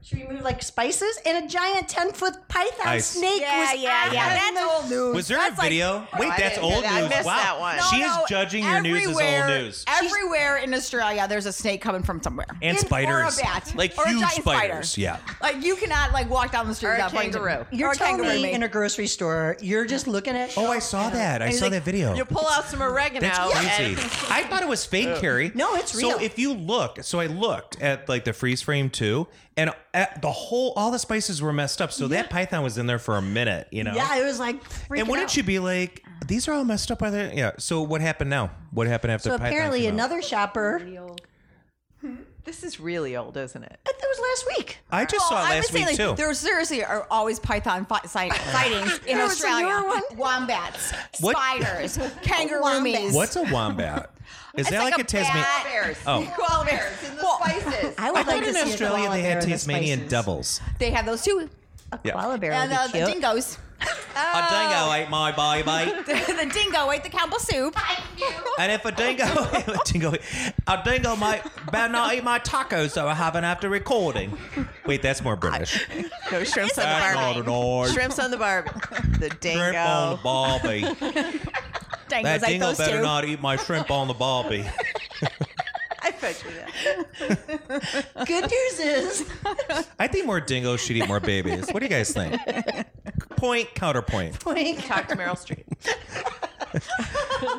Speaker 1: She removed like spices, and a giant ten foot python
Speaker 3: Ice.
Speaker 1: snake
Speaker 4: Yeah,
Speaker 1: was
Speaker 4: yeah,
Speaker 1: out
Speaker 4: yeah.
Speaker 1: in
Speaker 4: That's
Speaker 1: the-
Speaker 4: old news.
Speaker 3: Was there
Speaker 4: That's
Speaker 3: a
Speaker 4: like-
Speaker 3: video? Wait,
Speaker 2: I
Speaker 3: that's
Speaker 2: didn't hear
Speaker 3: old
Speaker 2: that. I
Speaker 3: news.
Speaker 2: missed
Speaker 3: wow.
Speaker 2: that one.
Speaker 3: She
Speaker 4: No,
Speaker 3: is judging your news as old
Speaker 4: everywhere-
Speaker 3: news.
Speaker 4: Everywhere in Australia, there's a snake coming from somewhere.
Speaker 3: And spiders.
Speaker 4: Or a bat.
Speaker 3: Like
Speaker 4: or a
Speaker 3: huge
Speaker 4: giant
Speaker 3: spiders,
Speaker 4: Spider.
Speaker 3: yeah.
Speaker 4: Like you cannot like walk down the street
Speaker 2: Or a
Speaker 4: without running to-
Speaker 2: kangaroo.
Speaker 1: You're
Speaker 4: or a
Speaker 1: telling
Speaker 4: kangaroo.
Speaker 1: me in a grocery store, you're just looking at.
Speaker 3: Oh, I saw that. I
Speaker 2: He's
Speaker 3: saw
Speaker 2: like,
Speaker 3: that video.
Speaker 2: You pull out some oregano.
Speaker 3: That's crazy.
Speaker 2: and-
Speaker 3: I thought it was fake, Carrie.
Speaker 1: No, it's real.
Speaker 3: So if you look, so I looked at like the freeze frame too, and at the whole all the spices were messed up. So that python was in there for a minute, you know.
Speaker 1: Yeah, it was like.
Speaker 3: And
Speaker 1: freaking
Speaker 3: wouldn't
Speaker 1: out.
Speaker 3: you be like, these are all messed up? By the yeah. So what happened now? What happened after?
Speaker 1: So
Speaker 3: Python
Speaker 1: apparently,
Speaker 3: came out?
Speaker 1: another shopper.
Speaker 2: This is really old, isn't it?
Speaker 1: That was last week.
Speaker 3: I just saw it
Speaker 4: I would
Speaker 3: last
Speaker 4: say
Speaker 3: week
Speaker 4: like,
Speaker 3: too.
Speaker 4: There seriously are always python fi-
Speaker 3: [laughs]
Speaker 4: sight- sightings in
Speaker 1: There was another
Speaker 4: Australia.
Speaker 1: one?
Speaker 4: Wombats,
Speaker 3: What-
Speaker 4: spiders, kangaroo.
Speaker 1: Wombats.
Speaker 3: What's a wombat? Is that like, a Tasmanian?
Speaker 4: bat.
Speaker 5: Bears.
Speaker 2: [laughs]
Speaker 3: Oh.
Speaker 5: Koala bears in the spices.
Speaker 1: I would
Speaker 3: I
Speaker 1: like
Speaker 3: thought
Speaker 1: to
Speaker 3: in
Speaker 1: see a
Speaker 3: Australia
Speaker 1: koala
Speaker 3: they
Speaker 1: bear
Speaker 3: had
Speaker 1: in the
Speaker 3: Tasmanian
Speaker 1: spices.
Speaker 3: devils.
Speaker 4: [laughs] They have those too.
Speaker 1: A koala bear
Speaker 4: And
Speaker 1: would
Speaker 4: uh,
Speaker 1: be
Speaker 4: the
Speaker 1: cute.
Speaker 4: dingoes. [laughs]
Speaker 3: A dingo ate my baby.
Speaker 4: the dingo ate the Campbell soup.
Speaker 3: And
Speaker 4: [laughs]
Speaker 3: if a dingo, [laughs] a dingo, a dingo might better not eat my tacos that I haven't after recording. Wait, that's more British.
Speaker 2: No shrimps on
Speaker 3: That's not
Speaker 2: the
Speaker 3: an
Speaker 2: barbie.
Speaker 3: orange.
Speaker 2: Shrimps on the barb. The
Speaker 3: Shrimp on
Speaker 2: dingo.
Speaker 3: the barbie.
Speaker 4: Dingoes
Speaker 3: That
Speaker 4: ate
Speaker 3: dingo
Speaker 4: those
Speaker 3: better
Speaker 4: too.
Speaker 3: not eat my shrimp on the barbie.
Speaker 2: I bet you that.
Speaker 1: Good news is, [laughs]
Speaker 3: I think more dingoes should eat more babies. What do you guys think? Point counterpoint.
Speaker 1: Wink.
Speaker 2: Talk to Meryl Streep.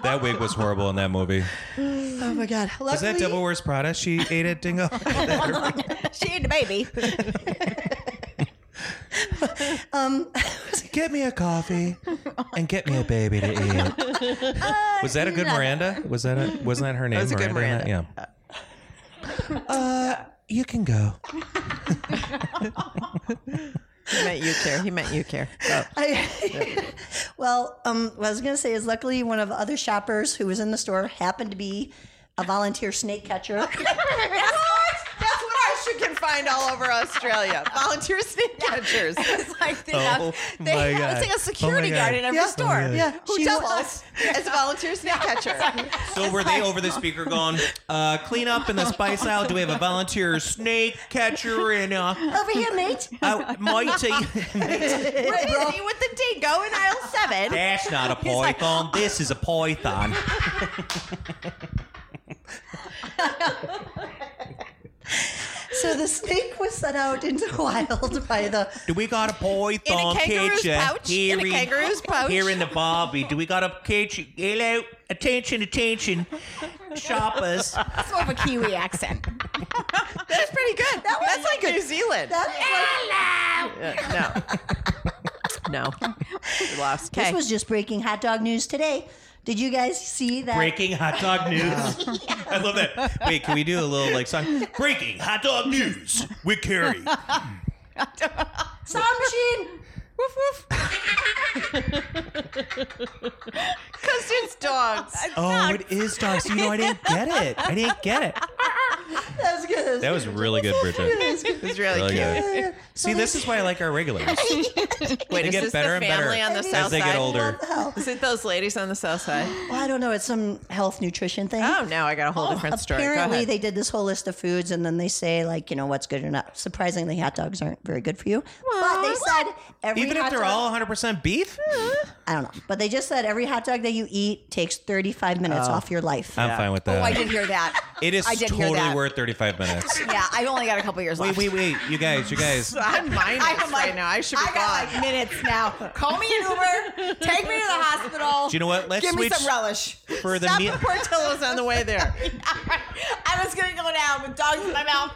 Speaker 3: That wig was horrible in that movie.
Speaker 1: Oh my god! Luckily,
Speaker 3: Is that Devil Wears Prada she ate at Dingo?
Speaker 4: [laughs] she ain't a baby.
Speaker 3: get me a coffee and get me a baby to eat. was that a good Miranda? Was that a, wasn't that her name?
Speaker 2: was a good Uh,
Speaker 3: in that? Yeah. Uh, you can go.
Speaker 2: He meant you care. He meant you care. Oh.
Speaker 1: I, [laughs] well, um, what I was going to say is luckily one of the other shoppers who was in the store happened to be a volunteer snake catcher.
Speaker 2: [laughs] That's what Arsha can find all
Speaker 4: [laughs]
Speaker 2: over Australia. Volunteer [laughs] snake catchers.
Speaker 4: It's [laughs] like they
Speaker 3: Oh
Speaker 4: have, they
Speaker 3: my
Speaker 4: have-
Speaker 3: God.
Speaker 4: it's like
Speaker 3: Oh my
Speaker 4: a security
Speaker 3: God.
Speaker 4: guard in every
Speaker 1: Yeah.
Speaker 4: store.
Speaker 3: Oh my
Speaker 1: yeah, she
Speaker 2: Tell
Speaker 1: wa-
Speaker 2: us as a volunteer [laughs] snake catcher.
Speaker 3: So were they over the speaker going, uh, clean up in the spice aisle? Do we have a volunteer snake catcher in uh,
Speaker 1: over here, mate.
Speaker 3: uh mighty? [laughs]
Speaker 2: We're busy with the dingo in aisle seven.
Speaker 3: That's not a python. this is a python.
Speaker 1: So the snake was set out into the wild by [laughs] the
Speaker 3: Do we got a
Speaker 2: In a
Speaker 3: python
Speaker 2: kangaroo's
Speaker 3: catcher
Speaker 2: pouch.
Speaker 3: here
Speaker 2: In a kangaroo's pouch.
Speaker 3: here in the Barbie? Do we got a catcher? Hello, attention, attention, shoppers.
Speaker 4: It's more of a Kiwi accent.
Speaker 2: That's pretty good. That's like New Zealand. Yeah, no. No. We lost. Okay.
Speaker 1: This was just breaking hot dog news today. Did you guys see that?
Speaker 3: Breaking hot dog news. I love that. Wait, can we do a little like song? Breaking hot dog news with Carrie.
Speaker 1: Sound machine.
Speaker 2: woof woof. Cousins dogs.
Speaker 3: [laughs] Oh, it is dogs. You know, I didn't get it. I didn't get it.
Speaker 1: That was good.
Speaker 3: That was really good, Bridget. [laughs]
Speaker 2: It's really,
Speaker 3: Really
Speaker 2: cute.
Speaker 3: good. See, this is why I like our regulars.
Speaker 2: Wait,
Speaker 3: They
Speaker 2: is
Speaker 3: get
Speaker 2: this
Speaker 3: better
Speaker 2: the
Speaker 3: and better
Speaker 2: family on the
Speaker 1: as
Speaker 2: south
Speaker 3: As they
Speaker 2: side?
Speaker 3: get older,
Speaker 2: Is it those ladies on the south side?
Speaker 1: Well, I don't know. It's some health nutrition thing.
Speaker 2: Oh, now I got a whole different story. Go
Speaker 1: Apparently,
Speaker 2: ahead. [laughs]
Speaker 1: they did this whole list of foods, and then they say like, you know, what's good or not. Surprisingly, hot dogs aren't very good for you. but they said every
Speaker 3: even
Speaker 1: hot
Speaker 3: if they're
Speaker 1: dog,
Speaker 3: all 100% beef,
Speaker 2: Mm-hmm.
Speaker 1: I don't know, but they just said every hot dog that you eat takes 35 minutes
Speaker 2: Oh.
Speaker 1: off your life.
Speaker 3: I'm fine with that.
Speaker 4: Oh, I did hear that.
Speaker 3: Uh, [laughs] It is
Speaker 4: I did hear
Speaker 3: totally
Speaker 4: that.
Speaker 3: worth 35 minutes.
Speaker 4: [laughs] Yeah, I've only got a couple years
Speaker 3: Wait,
Speaker 4: [laughs] left.
Speaker 3: wait, wait. You guys, you
Speaker 4: [laughs]
Speaker 3: guys.
Speaker 2: I'm minus
Speaker 4: I'm like-
Speaker 2: right now. I should be
Speaker 4: I got
Speaker 2: gone.
Speaker 4: like minutes now. Call me an Uber. Take me to the hospital.
Speaker 3: Do you know what? Let's
Speaker 4: Give me
Speaker 3: switch
Speaker 4: some relish.
Speaker 3: for the
Speaker 2: Stop
Speaker 3: meal.
Speaker 2: at
Speaker 3: [laughs]
Speaker 2: Portillo's on the way there.
Speaker 4: I was gonna go down with dogs in my mouth.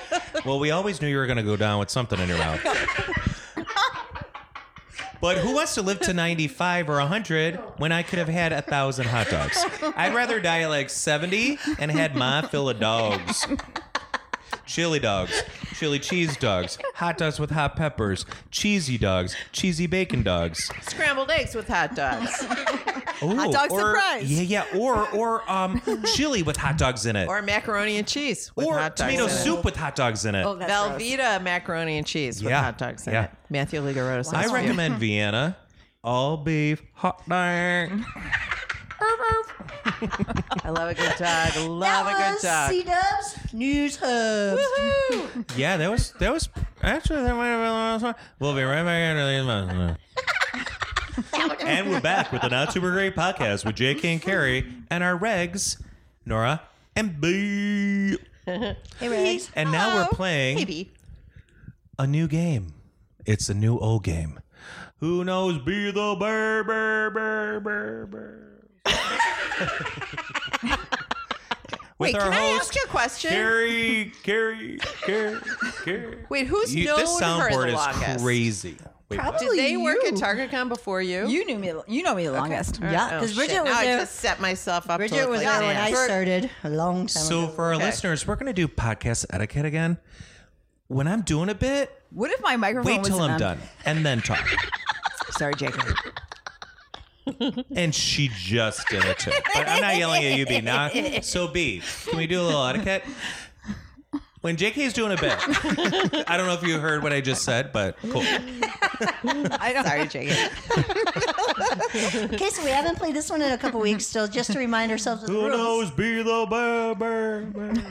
Speaker 4: Ah!
Speaker 3: Well, we always knew you were going to go down with something in your
Speaker 4: [laughs]
Speaker 3: mouth. But who wants to live to 95 or 100 when I could have had a thousand hot dogs? I'd rather die like 70 and had my fill of dogs. Chili dogs, chili cheese dogs, hot dogs with hot peppers, cheesy dogs, cheesy bacon dogs.
Speaker 2: Scrambled eggs with hot dogs.
Speaker 3: Ooh, hot
Speaker 4: dog surprise.
Speaker 3: Yeah, yeah. Or or um chili with hot dogs in it.
Speaker 2: Or macaroni and cheese with
Speaker 3: Or
Speaker 2: hot dogs.
Speaker 3: tomato
Speaker 2: in it.
Speaker 3: soup with hot dogs in it.
Speaker 4: Oh, that's gross.
Speaker 2: Velveeta macaroni and cheese with
Speaker 3: Yeah,
Speaker 2: hot dogs in
Speaker 3: yeah.
Speaker 2: it. Matthew Liga wrote us.
Speaker 3: I
Speaker 2: this review.
Speaker 3: recommend
Speaker 2: [laughs]
Speaker 3: Vienna. All beef hot dog.
Speaker 2: I love a good dog. Love a
Speaker 1: That
Speaker 2: good dog.
Speaker 1: C Dubs News Hub.
Speaker 3: Yeah, that was that was actually that might have been the last one. We'll be right back after these months.
Speaker 4: [laughs]
Speaker 3: and we're back with the Not Super Great podcast with J.K. and Carrie and our regs, Nora and B.
Speaker 1: Hey, Regs.
Speaker 3: And now we're playing
Speaker 2: Maybe.
Speaker 3: a new game. It's a new old game. Who knows? Be the bear, bear, bear, bear,
Speaker 2: [laughs]
Speaker 3: bear. With
Speaker 2: Wait,
Speaker 3: our
Speaker 2: can I
Speaker 3: host,
Speaker 2: ask you a question?
Speaker 3: Carrie, Carrie, Carrie, Carrie.
Speaker 2: Wait, who's known
Speaker 3: this
Speaker 2: her
Speaker 3: soundboard
Speaker 2: the
Speaker 3: is
Speaker 2: longest?
Speaker 3: crazy. Wait, what?
Speaker 1: Probably
Speaker 2: Did they work
Speaker 1: you.
Speaker 2: at TargetCon before you? Oh,
Speaker 4: You knew me. You know me the longest.
Speaker 1: Yeah, because
Speaker 2: shit.
Speaker 1: Bridget was
Speaker 2: now I
Speaker 1: there.
Speaker 2: just set myself up. to
Speaker 1: Bridget
Speaker 2: look
Speaker 1: was
Speaker 2: like
Speaker 1: there
Speaker 2: an
Speaker 1: when I
Speaker 2: ass.
Speaker 1: started a long time
Speaker 3: So
Speaker 1: ago.
Speaker 3: for our
Speaker 2: Okay.
Speaker 3: listeners, we're gonna do podcast etiquette again. When I'm doing a bit,
Speaker 4: What if my microphone?
Speaker 3: wait
Speaker 4: was
Speaker 3: till
Speaker 4: in
Speaker 3: I'm
Speaker 4: them?
Speaker 3: done and then talk.
Speaker 4: [laughs] Sorry, Jacob.
Speaker 3: And she just did it too. But I'm not yelling at you, B. Not so B. Can we do a little etiquette? When JK is doing a bit, I don't know if you heard what I just said, but cool.
Speaker 4: I don't. Sorry, Jacob.
Speaker 1: Okay, so we haven't played this one in a couple weeks, so just to remind ourselves of
Speaker 2: [laughs]
Speaker 1: the rules.
Speaker 3: Be the bear, bear, bear.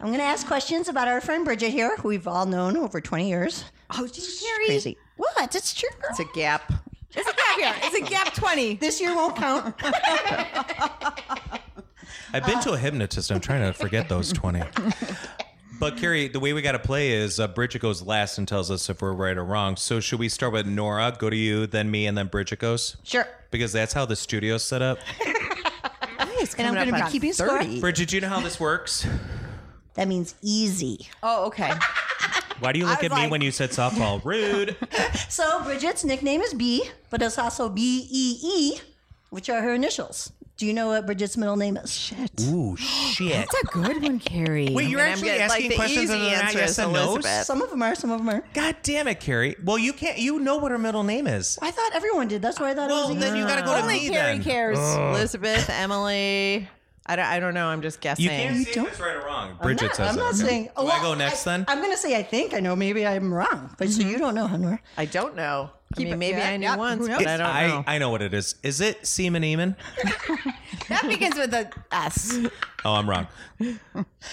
Speaker 1: I'm going to ask questions about our friend Bridget here, who we've all known over 20 years.
Speaker 4: Oh, she's scary.
Speaker 1: Crazy. What? It's true.
Speaker 2: It's a gap.
Speaker 4: It's a gap year. It's a gap twenty.
Speaker 1: This year won't count.
Speaker 3: I've been to a hypnotist. I'm trying to forget those 20. But Carrie, the way we got to play is uh, Bridget goes last and tells us if we're right or wrong. So should we start with Nora, go to you, then me, and then Bridget goes?
Speaker 4: Sure.
Speaker 3: Because that's how the studio's set up.
Speaker 1: And I'm
Speaker 2: Coming
Speaker 1: going
Speaker 2: up
Speaker 1: to be
Speaker 2: on
Speaker 1: keeping score.
Speaker 2: 30.
Speaker 3: Bridget, do you know how this works?
Speaker 1: That means easy.
Speaker 4: Oh, [laughs] okay.
Speaker 3: Why do you look
Speaker 4: I
Speaker 3: at
Speaker 4: was
Speaker 3: me
Speaker 4: like-
Speaker 3: when you said softball? [laughs] Rude.
Speaker 1: So Bridget's nickname is B, but it's also B E E, which are her initials. Do you know what Bridget's middle name is? Shit.
Speaker 3: Ooh, shit.
Speaker 6: That's a good one, Carrie.
Speaker 3: Wait, you're
Speaker 2: And I'm
Speaker 3: actually
Speaker 2: getting, like,
Speaker 3: asking
Speaker 2: the
Speaker 3: questions
Speaker 2: easy
Speaker 3: and they're not
Speaker 2: answer
Speaker 3: yes
Speaker 2: is
Speaker 3: and no's?
Speaker 2: Elizabeth.
Speaker 1: Some of them are, some of them aren't.
Speaker 3: God damn it, Carrie. Well, you can't. You know what her middle name is.
Speaker 1: I thought everyone did. That's why I thought it
Speaker 3: Well,
Speaker 1: was E easy.
Speaker 3: then you got to go to
Speaker 4: Only
Speaker 3: me.
Speaker 4: Carrie
Speaker 3: then.
Speaker 4: cares.
Speaker 2: Elizabeth, Emily. I don't, I don't know. I'm just guessing.
Speaker 3: Oh. You can't see
Speaker 1: don't-
Speaker 3: if it's right or wrong.
Speaker 1: I'm
Speaker 3: Bridget
Speaker 1: not,
Speaker 3: says
Speaker 1: E. I'm
Speaker 3: it.
Speaker 1: not
Speaker 3: Okay.
Speaker 1: saying.
Speaker 3: Do I go next then?
Speaker 1: I'm going to say I think I know. Maybe I'm wrong. But so you don't know, Honor.
Speaker 2: I don't know. I mean,
Speaker 4: it-
Speaker 2: maybe
Speaker 4: yeah,
Speaker 2: I knew
Speaker 4: yeah, who
Speaker 2: once, but
Speaker 4: knows?
Speaker 2: I don't
Speaker 3: I,
Speaker 2: know.
Speaker 3: I know what it is. Is it Seaman Eamon?
Speaker 4: That begins with a S.
Speaker 3: Oh, I'm [laughs] wrong.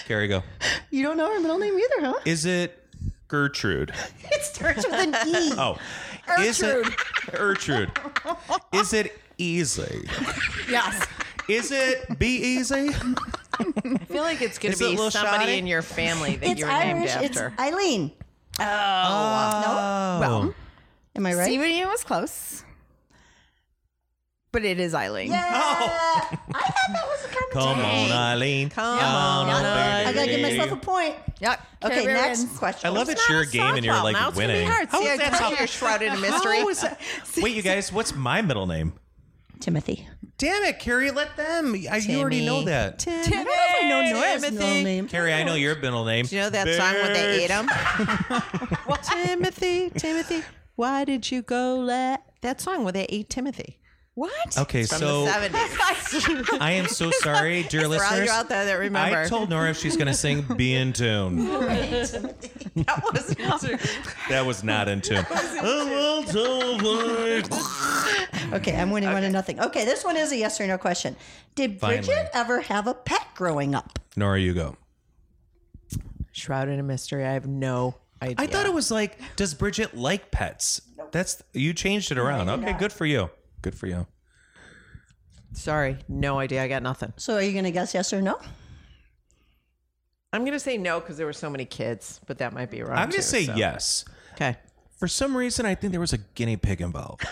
Speaker 3: Carrie, go.
Speaker 1: You don't know her middle name either, huh?
Speaker 3: Is it Gertrude?
Speaker 1: [laughs] It starts with an E.
Speaker 3: Oh, is it Gertrude? Is it easy?
Speaker 4: [laughs] Yes.
Speaker 3: Is it E be easy?
Speaker 2: I feel like it's going
Speaker 3: Is
Speaker 2: to
Speaker 3: it
Speaker 2: be
Speaker 3: Lil
Speaker 2: somebody
Speaker 3: Shoddy?
Speaker 2: in your family that
Speaker 1: It's
Speaker 2: you were named
Speaker 1: Irish. It's
Speaker 2: after.
Speaker 1: Eileen.
Speaker 3: Oh,
Speaker 4: Well,
Speaker 1: Am I right?
Speaker 4: Steven Ian was close. But it is Eileen.
Speaker 1: Yeah. I thought that was a compliment.
Speaker 3: Oh. come on, Eileen.
Speaker 2: Come on,
Speaker 1: I gotta give
Speaker 2: Eileen.
Speaker 1: myself a point.
Speaker 4: Yep.
Speaker 1: Okay,
Speaker 4: Carrie
Speaker 1: next
Speaker 4: wins.
Speaker 1: question.
Speaker 3: I love
Speaker 2: It's
Speaker 3: it's your
Speaker 2: not
Speaker 3: game and you're
Speaker 2: softball.
Speaker 3: like
Speaker 2: now it's
Speaker 3: winning.
Speaker 2: Gonna be hard.
Speaker 3: How
Speaker 2: See,
Speaker 3: is
Speaker 2: I
Speaker 3: that
Speaker 2: told you
Speaker 3: soft-
Speaker 2: you're shrouded in mystery.
Speaker 3: Oh, [laughs] How is that- Wait, you guys, what's my middle name?
Speaker 1: Timothy.
Speaker 3: Damn it, Carrie, let them. I, you already know that.
Speaker 1: I don't know if I know Nora's
Speaker 2: Timothy.
Speaker 1: middle name.
Speaker 3: Carrie, I know your middle name.
Speaker 2: Do you know that song where they ate him? [laughs] Timothy, Timothy, why did you go la That song where they ate Timothy
Speaker 4: What?
Speaker 3: Okay,
Speaker 2: from
Speaker 3: so
Speaker 2: the [laughs] 70s.
Speaker 3: [laughs] I am
Speaker 2: [laughs]
Speaker 3: so sorry, dear
Speaker 2: For all
Speaker 3: listeners.
Speaker 2: you out there that remember.
Speaker 3: I
Speaker 2: [laughs]
Speaker 3: told Nora she's going to sing "Be in Tune."
Speaker 2: that [laughs] was
Speaker 3: That was not in
Speaker 2: [laughs]
Speaker 3: tune.
Speaker 1: Okay, I'm winning one to nothing. Okay, this one is a yes or no question. Did Bridget
Speaker 3: Finally.
Speaker 1: ever have a pet growing up?
Speaker 3: Nora, you go.
Speaker 2: shrouded in mystery. I have no idea.
Speaker 3: I thought it was like, does Bridget like pets? That's you changed it around. Okay, good for you. Good for you.
Speaker 2: Sorry, no idea. I got nothing.
Speaker 1: So are you gonna guess yes or no?
Speaker 2: I'm gonna say no because there were so many kids, but that might be wrong.
Speaker 3: I'm gonna
Speaker 2: too,
Speaker 3: say
Speaker 2: so.
Speaker 3: yes.
Speaker 2: Okay.
Speaker 3: For some reason, I think there was a guinea pig
Speaker 1: [laughs]
Speaker 3: involved.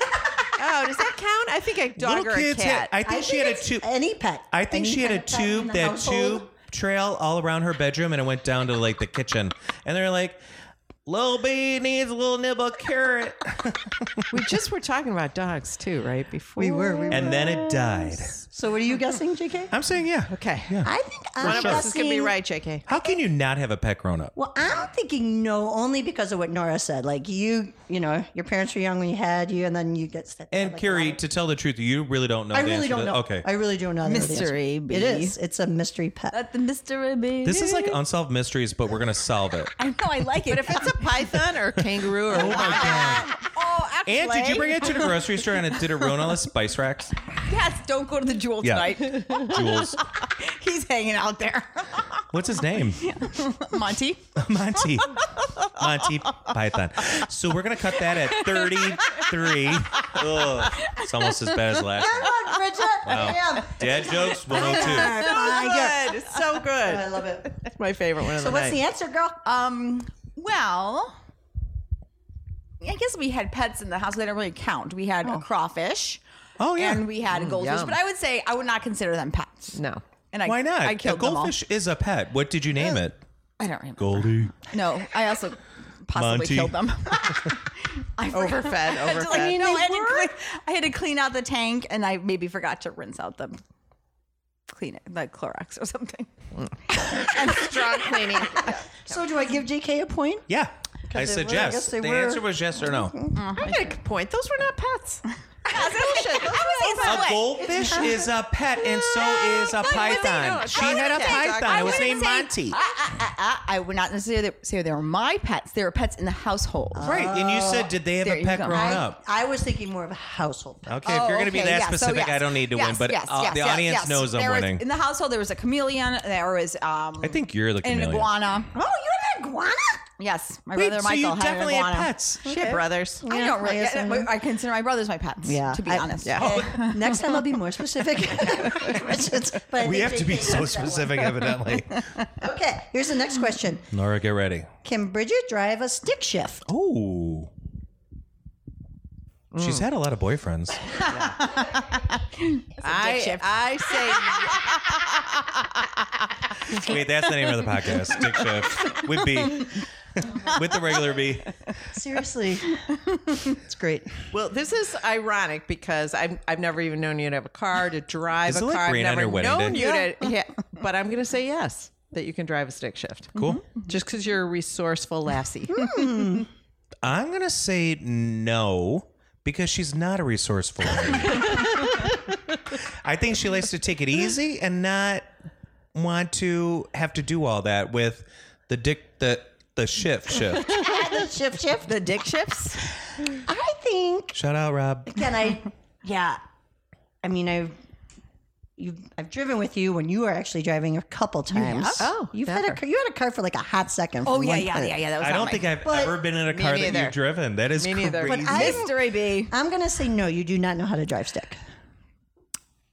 Speaker 2: Oh, does that count? I think a dog or a
Speaker 3: had-
Speaker 2: cat.
Speaker 3: I think she had a tube.
Speaker 1: Any pet.
Speaker 3: I think
Speaker 1: Any
Speaker 3: she had a
Speaker 1: kind of pet in
Speaker 3: tube.
Speaker 1: the
Speaker 3: That
Speaker 1: household.
Speaker 3: tube trail all around her bedroom, and it went down to like the kitchen. And they're like, "Lil B needs a little nibble of carrot,"
Speaker 2: we just were talking about dogs too, right? Before
Speaker 1: We were. We were.
Speaker 3: and then it died.
Speaker 1: So what are you guessing, JK?
Speaker 3: I'm saying yeah.
Speaker 2: Okay.
Speaker 1: [laughs] I think I'm
Speaker 2: One of us is
Speaker 1: guessing.
Speaker 2: gonna be right, JK.
Speaker 3: How can you not have a pet grown up?
Speaker 1: Well, I'm thinking no, only because of what Nora said. Like you, you know, your parents were young when you had you, and then you get set.
Speaker 3: And Carrie, to tell the truth, you really don't know.
Speaker 1: I
Speaker 3: the
Speaker 1: really
Speaker 3: answer to
Speaker 1: don't
Speaker 3: that.
Speaker 1: know.
Speaker 3: Okay.
Speaker 1: I really don't know. the answer.
Speaker 4: Mystery
Speaker 1: It
Speaker 4: bee.
Speaker 1: is. It's a mystery pet.
Speaker 4: Let the mystery be.
Speaker 3: This is like unsolved mysteries, but we're gonna solve it.
Speaker 4: I know I like it.
Speaker 2: But if it's [laughs] a python or a kangaroo or
Speaker 4: [laughs]
Speaker 2: oh [laughs]
Speaker 4: oh, actually,
Speaker 3: And did you bring it to the grocery store and it did it ruin all the spice racks?
Speaker 4: Yes, don't go to the jewel
Speaker 3: Yeah.
Speaker 4: tonight.
Speaker 3: Jules,
Speaker 4: He's hanging out there.
Speaker 3: what's his
Speaker 4: [laughs]
Speaker 3: name?
Speaker 4: Monty.
Speaker 3: Monty. Monty Python. So we're gonna cut that at 33. Ugh, it's almost as bad as last. One.
Speaker 1: Come on, Bridget.
Speaker 3: Oh.
Speaker 1: Damn.
Speaker 3: Dad jokes 102.
Speaker 1: Oh, my God.
Speaker 2: good. It's so
Speaker 1: I
Speaker 2: [laughs] good.
Speaker 1: love it.
Speaker 2: It's my favorite one of
Speaker 1: So
Speaker 2: the
Speaker 1: what's the
Speaker 2: night.
Speaker 1: answer, girl?
Speaker 4: Um, well, I guess we had pets in the house. They don't really count. We had a crawfish.
Speaker 3: Oh yeah.
Speaker 4: And we had a goldfish.
Speaker 2: yum.
Speaker 4: But I would say I would not consider them pets.
Speaker 2: No.
Speaker 4: And I,
Speaker 3: Why not?
Speaker 4: I
Speaker 3: a
Speaker 4: killed them all.
Speaker 3: goldfish is a pet. What did you name it?
Speaker 4: I don't remember.
Speaker 3: Goldie.
Speaker 4: No, I also possibly
Speaker 3: Monty.
Speaker 4: killed them. [laughs] I forgot.
Speaker 2: Overfed,
Speaker 4: I
Speaker 2: [laughs]
Speaker 4: had to, like,
Speaker 2: overfed.
Speaker 4: no, I
Speaker 1: They
Speaker 4: had, to
Speaker 1: were?
Speaker 4: clean, I had to clean out the tank, and I maybe forgot to rinse out the clean it, like Clorox or something.
Speaker 2: Strong cleaning.
Speaker 1: So do I give JK a point?
Speaker 3: Yeah. I
Speaker 1: they
Speaker 3: said
Speaker 1: were- I
Speaker 3: yes.
Speaker 1: guess they
Speaker 3: the
Speaker 1: were.
Speaker 3: answer was yes or no.
Speaker 2: I got a point. Those were not pets.
Speaker 3: A goldfish is a pet, and so is a python. She had a python. It was named Monty.
Speaker 4: I would not necessarily say they were my pets. They were pets in the household.
Speaker 3: Right. And you said, did they have
Speaker 4: There
Speaker 3: a
Speaker 4: you
Speaker 3: pet
Speaker 4: go.
Speaker 3: grown
Speaker 4: I-
Speaker 3: up?
Speaker 1: I was thinking more of a household pet.
Speaker 3: Okay, if you're
Speaker 4: Oh,
Speaker 3: going to be
Speaker 4: okay,
Speaker 3: that
Speaker 4: yeah, so
Speaker 3: specific,
Speaker 4: yes.
Speaker 3: I don't need to
Speaker 4: Yes,
Speaker 3: win, but
Speaker 4: yes,
Speaker 3: uh,
Speaker 4: yes,
Speaker 3: the
Speaker 4: yes,
Speaker 3: audience
Speaker 4: yes.
Speaker 3: knows I'm
Speaker 4: There was-
Speaker 3: winning.
Speaker 4: in the household, there was a chameleon. There was um,
Speaker 3: I think you're the
Speaker 4: an
Speaker 3: chameleon.
Speaker 4: iguana.
Speaker 1: Oh, you're an iguana?
Speaker 4: Yes, my
Speaker 3: Wait,
Speaker 4: brother
Speaker 3: so
Speaker 4: Michael
Speaker 3: you
Speaker 4: had
Speaker 3: definitely had
Speaker 4: iguana.
Speaker 3: pets.
Speaker 2: Shit, brothers.
Speaker 4: I don't really.
Speaker 1: I guess I'm-
Speaker 4: I, consider my brothers my pets.
Speaker 1: Yeah,
Speaker 4: to be
Speaker 1: I-
Speaker 4: honest. Oh,
Speaker 2: yeah.
Speaker 1: Okay. Next time I'll be more
Speaker 3: [laughs]
Speaker 1: specific. Questions, but I
Speaker 3: We
Speaker 1: think
Speaker 3: have to
Speaker 1: JK [laughs]
Speaker 3: be
Speaker 1: knows
Speaker 3: so
Speaker 1: that one.
Speaker 3: specific,
Speaker 4: [laughs]
Speaker 3: evidently.
Speaker 1: Okay, here's the next question.
Speaker 3: Laura, get ready.
Speaker 1: Can Bridget drive a stick shift?
Speaker 3: Oh. She's
Speaker 4: Mm.
Speaker 3: had a lot of boyfriends.
Speaker 2: I, [laughs] I say
Speaker 3: Wait, that's the name of the podcast. Dick Shift with
Speaker 4: [laughs]
Speaker 3: B, with the regular B.
Speaker 1: Seriously, it's great.
Speaker 2: Well, this is ironic because I've, I've never even known you to have a car, to drive
Speaker 3: Is
Speaker 2: a
Speaker 3: it like
Speaker 2: car.
Speaker 3: Rena
Speaker 2: I've
Speaker 3: on her
Speaker 2: never
Speaker 3: wedding
Speaker 2: known
Speaker 3: day?
Speaker 2: you to. Yeah, but I'm going to say yes, that you can drive a stick shift.
Speaker 3: Cool.
Speaker 2: Just because you're a resourceful [laughs] lassie.
Speaker 3: I'm gonna say no because she's not a resourceful. lady. I think she likes to take it easy and not want to have to do all that with the dick the the shift shift.
Speaker 1: Shift shift.
Speaker 4: [laughs] The dick shifts.
Speaker 1: I think
Speaker 3: [laughs] Shout out, Rob.
Speaker 1: can I? Yeah,
Speaker 3: Oh,
Speaker 1: I mean I've you I've driven with you when you were actually driving a couple times.
Speaker 2: Oh,
Speaker 1: you've had a
Speaker 2: never.
Speaker 1: car, you had a car for like a hot second.
Speaker 4: Oh
Speaker 1: from
Speaker 4: yeah,
Speaker 1: one
Speaker 4: yeah,
Speaker 1: car.
Speaker 4: yeah, yeah. That was
Speaker 3: I
Speaker 4: not
Speaker 3: don't
Speaker 4: my-
Speaker 3: think I've
Speaker 1: But-
Speaker 3: ever been in a
Speaker 2: Me
Speaker 3: car that
Speaker 2: neither.
Speaker 3: you've driven. That is
Speaker 2: Me neither. But
Speaker 3: crazy.
Speaker 1: I-
Speaker 4: mystery B.
Speaker 1: I'm gonna say no. You do not know how to drive stick.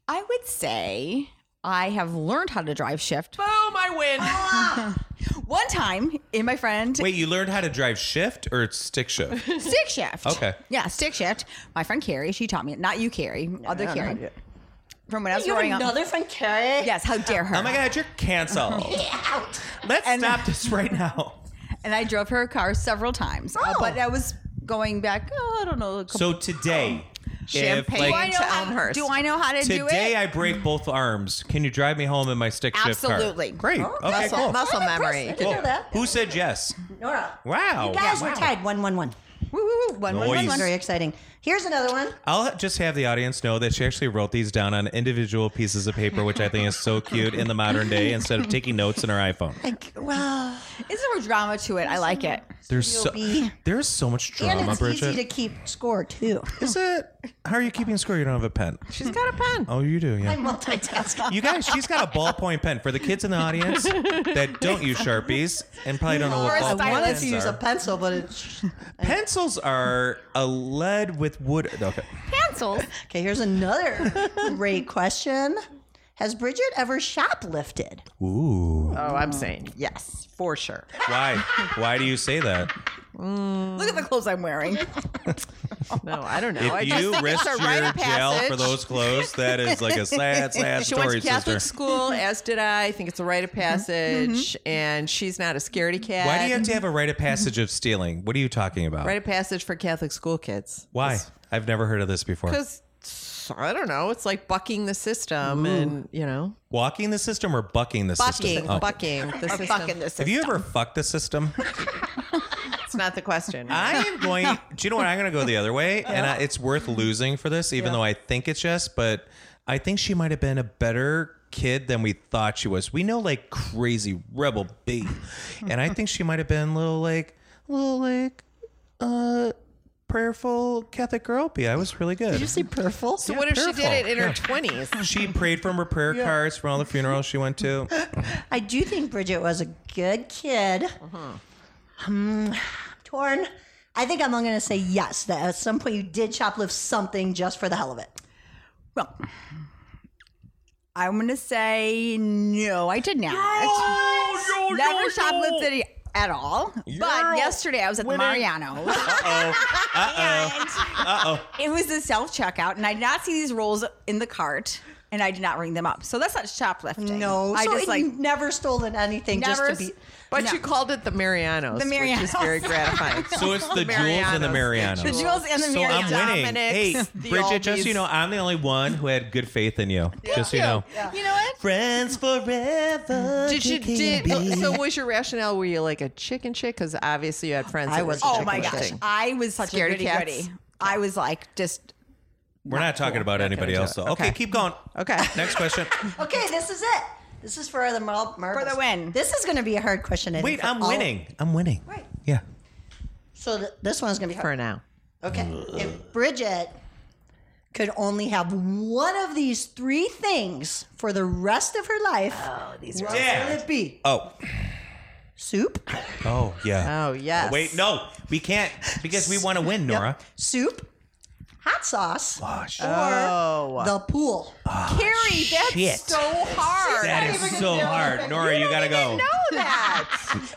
Speaker 4: I would say I have learned how to drive shift
Speaker 2: Boom, I [laughs] win.
Speaker 4: one time in my friend
Speaker 3: Wait, you learned how to drive shift or stick
Speaker 2: [laughs]
Speaker 3: shift?
Speaker 4: stick shift.
Speaker 3: Okay.
Speaker 4: Yeah, stick shift. My friend Carrie, she taught me. it. Not you, Carrie. other Carrie. From when I was
Speaker 1: You have
Speaker 4: growing up.
Speaker 1: another friend, Carrie.
Speaker 4: Yes. How dare her?
Speaker 3: Oh my god, you're
Speaker 2: [laughs]
Speaker 3: canceled.
Speaker 1: Out.
Speaker 3: Let's stop this right now.
Speaker 4: And I drove her car several times. Uh,
Speaker 1: Oh.
Speaker 4: but I was going back. Oh, I don't know. a couple-
Speaker 3: So today,
Speaker 2: Champagne.
Speaker 3: if
Speaker 4: do I
Speaker 3: like
Speaker 4: know
Speaker 2: to
Speaker 4: how,
Speaker 2: Elmhurst.
Speaker 4: do I know how to do it?
Speaker 3: today I break both arms, can you drive me home in my stick shift car?
Speaker 4: Absolutely. Oh,
Speaker 3: Great.
Speaker 1: Oh,
Speaker 3: Okay,
Speaker 2: Muscle,
Speaker 3: cool.
Speaker 2: muscle
Speaker 1: I'm impressed.
Speaker 2: memory.
Speaker 1: I didn't know that.
Speaker 3: Who said yes?
Speaker 1: Nora.
Speaker 3: Wow.
Speaker 1: You guys
Speaker 3: Yeah,
Speaker 1: were tied one one one.
Speaker 4: Woo, woo, woo. One, one, one,
Speaker 3: Nice.
Speaker 4: one.
Speaker 1: Very exciting. Here's another one.
Speaker 3: I'll just have the audience know that she actually wrote these down on individual pieces of paper, which I think is so cute in the modern day instead of taking notes in her iPhone.
Speaker 1: Wow.
Speaker 4: Is there drama to it? I like it.
Speaker 3: There's so,
Speaker 1: B.
Speaker 3: there's so much drama,
Speaker 1: And it's
Speaker 3: Bridget.
Speaker 1: easy to keep score
Speaker 4: [laughs]
Speaker 1: too.
Speaker 3: Is it? How are you keeping score? You don't have a pen.
Speaker 2: She's got a pen.
Speaker 3: Oh, you do, yeah.
Speaker 1: I'm multitasking.
Speaker 4: [laughs]
Speaker 3: You guys, she's got a ballpoint pen for the kids in the audience that don't use sharpies and probably don't know
Speaker 4: Or
Speaker 3: what
Speaker 4: a
Speaker 3: ballpoint
Speaker 4: stylus.
Speaker 3: pens
Speaker 1: to use
Speaker 3: are.
Speaker 1: a pencil, but it's
Speaker 3: Pencils are a lead with wood. Okay,
Speaker 4: Pencils.
Speaker 1: [laughs] okay. Here's another great question: Has Bridget ever shoplifted?
Speaker 2: Oh, I'm saying yes, for sure.
Speaker 3: why? Why do you say that?
Speaker 4: Look at the clothes I'm wearing.
Speaker 2: No, I don't know. I
Speaker 3: If
Speaker 2: just
Speaker 3: you
Speaker 2: think it's
Speaker 3: risked
Speaker 2: a rite
Speaker 3: your
Speaker 2: of
Speaker 3: jail
Speaker 2: passage.
Speaker 3: for those clothes, that is like a
Speaker 2: [laughs]
Speaker 3: sad, sad
Speaker 2: She went
Speaker 3: story,
Speaker 2: to Catholic
Speaker 3: sister. [laughs] Mm-hmm.
Speaker 2: school, as did I. I think it's a rite of passage, and she's not a scaredy cat.
Speaker 3: Why do you have to have a rite of passage of stealing? What are you talking about?
Speaker 2: rite of passage for Catholic school kids?
Speaker 3: Why? I've never heard of this before.
Speaker 2: Because I don't know. It's like bucking the system, and you know,
Speaker 3: Walking the system or bucking the
Speaker 2: bucking,
Speaker 3: system? Oh.
Speaker 2: bucking the system.
Speaker 4: Fucking this.
Speaker 3: Have you ever fucked the
Speaker 2: [laughs]
Speaker 3: system?
Speaker 2: It's not the [laughs] question.
Speaker 3: I
Speaker 1: [laughs]
Speaker 3: am going. Do you know what? I'm going to go the other way, and I, it's worth losing for this, even though I think it's yes. But I think she might have been a better kid than we thought she was. We know like crazy rebel B, and I think she might have been a little like, a little like, uh, prayerful Catholic girl B. I was really good.
Speaker 1: Did you see purple?
Speaker 2: so what if she
Speaker 3: careful.
Speaker 2: did it in her twenties?
Speaker 3: she prayed from her prayer cards from all the funerals she
Speaker 1: [laughs]
Speaker 3: went to.
Speaker 1: I do think Bridget was a good kid. Um,
Speaker 4: Mm-hmm.
Speaker 1: torn. I think I'm going to say yes. That at some point you did shoplift something just for the hell of it.
Speaker 4: Well, I'm going to say no, I did not. Never shoplifted at all. But yesterday I was at the Mariano's.
Speaker 3: [laughs]
Speaker 4: It was a self checkout, and I did not see these rolls in the cart, and I did not ring them up. So that's not shoplifting.
Speaker 1: No,
Speaker 4: I
Speaker 1: so
Speaker 4: just
Speaker 1: it-
Speaker 4: like
Speaker 1: you've never stolen anything
Speaker 4: Never
Speaker 1: just to
Speaker 4: s-
Speaker 1: be.
Speaker 2: But
Speaker 4: No.
Speaker 2: you called it the Marianos,
Speaker 4: The
Speaker 2: which
Speaker 4: Marianos.
Speaker 2: is very gratifying. [laughs]
Speaker 3: So it's the jewels and the Marianos.
Speaker 4: the jewels and the
Speaker 3: So
Speaker 4: mirror.
Speaker 3: I'm winning. Hey,
Speaker 2: Dominic's, the
Speaker 3: Bridget, just so
Speaker 2: Aldi's.
Speaker 3: you know, I'm the only one who had good faith in you. just so you know.
Speaker 4: You know what?
Speaker 3: Friends forever.
Speaker 2: Did you did oh, so? Was your rationale? Were you like a chicken chick? Because obviously you had friends.
Speaker 1: I
Speaker 2: that were
Speaker 1: was a chicken
Speaker 4: Oh my
Speaker 2: chick
Speaker 4: gosh,
Speaker 2: chick.
Speaker 4: I was such
Speaker 2: Scaredy
Speaker 4: a goody
Speaker 2: cats.
Speaker 4: goody. I was like just
Speaker 3: We're not talking about anybody
Speaker 2: do
Speaker 3: else.
Speaker 2: it.
Speaker 3: though. Okay.
Speaker 2: Okay.
Speaker 3: keep going.
Speaker 2: Okay.
Speaker 3: [laughs] Next
Speaker 2: [laughs]
Speaker 3: question.
Speaker 1: Okay, this is it. This is for the mar- marbles.
Speaker 4: the win.
Speaker 1: This is going to be a hard question. I think,
Speaker 3: Wait,
Speaker 1: for
Speaker 3: I'm
Speaker 2: Oh.
Speaker 1: all-
Speaker 3: winning. I'm winning.
Speaker 1: Right.
Speaker 3: Yeah.
Speaker 1: So th- this one's going to be
Speaker 2: for
Speaker 1: hard.
Speaker 2: now.
Speaker 1: Okay. If Bridget could only have one of these three things for the rest of her life, oh, these are what would it be?
Speaker 3: Oh.
Speaker 1: Soup.
Speaker 3: Oh yeah.
Speaker 2: Oh yes.
Speaker 3: Wait, no, we can't because we want to win, Nora. Oh,
Speaker 1: Soup. Hot sauce.
Speaker 3: Gosh,
Speaker 1: Or the pool.
Speaker 4: Carrie, that's
Speaker 3: shit.
Speaker 4: so hard.
Speaker 3: that is so hard, Nora. You gotta go. [laughs]
Speaker 4: know that.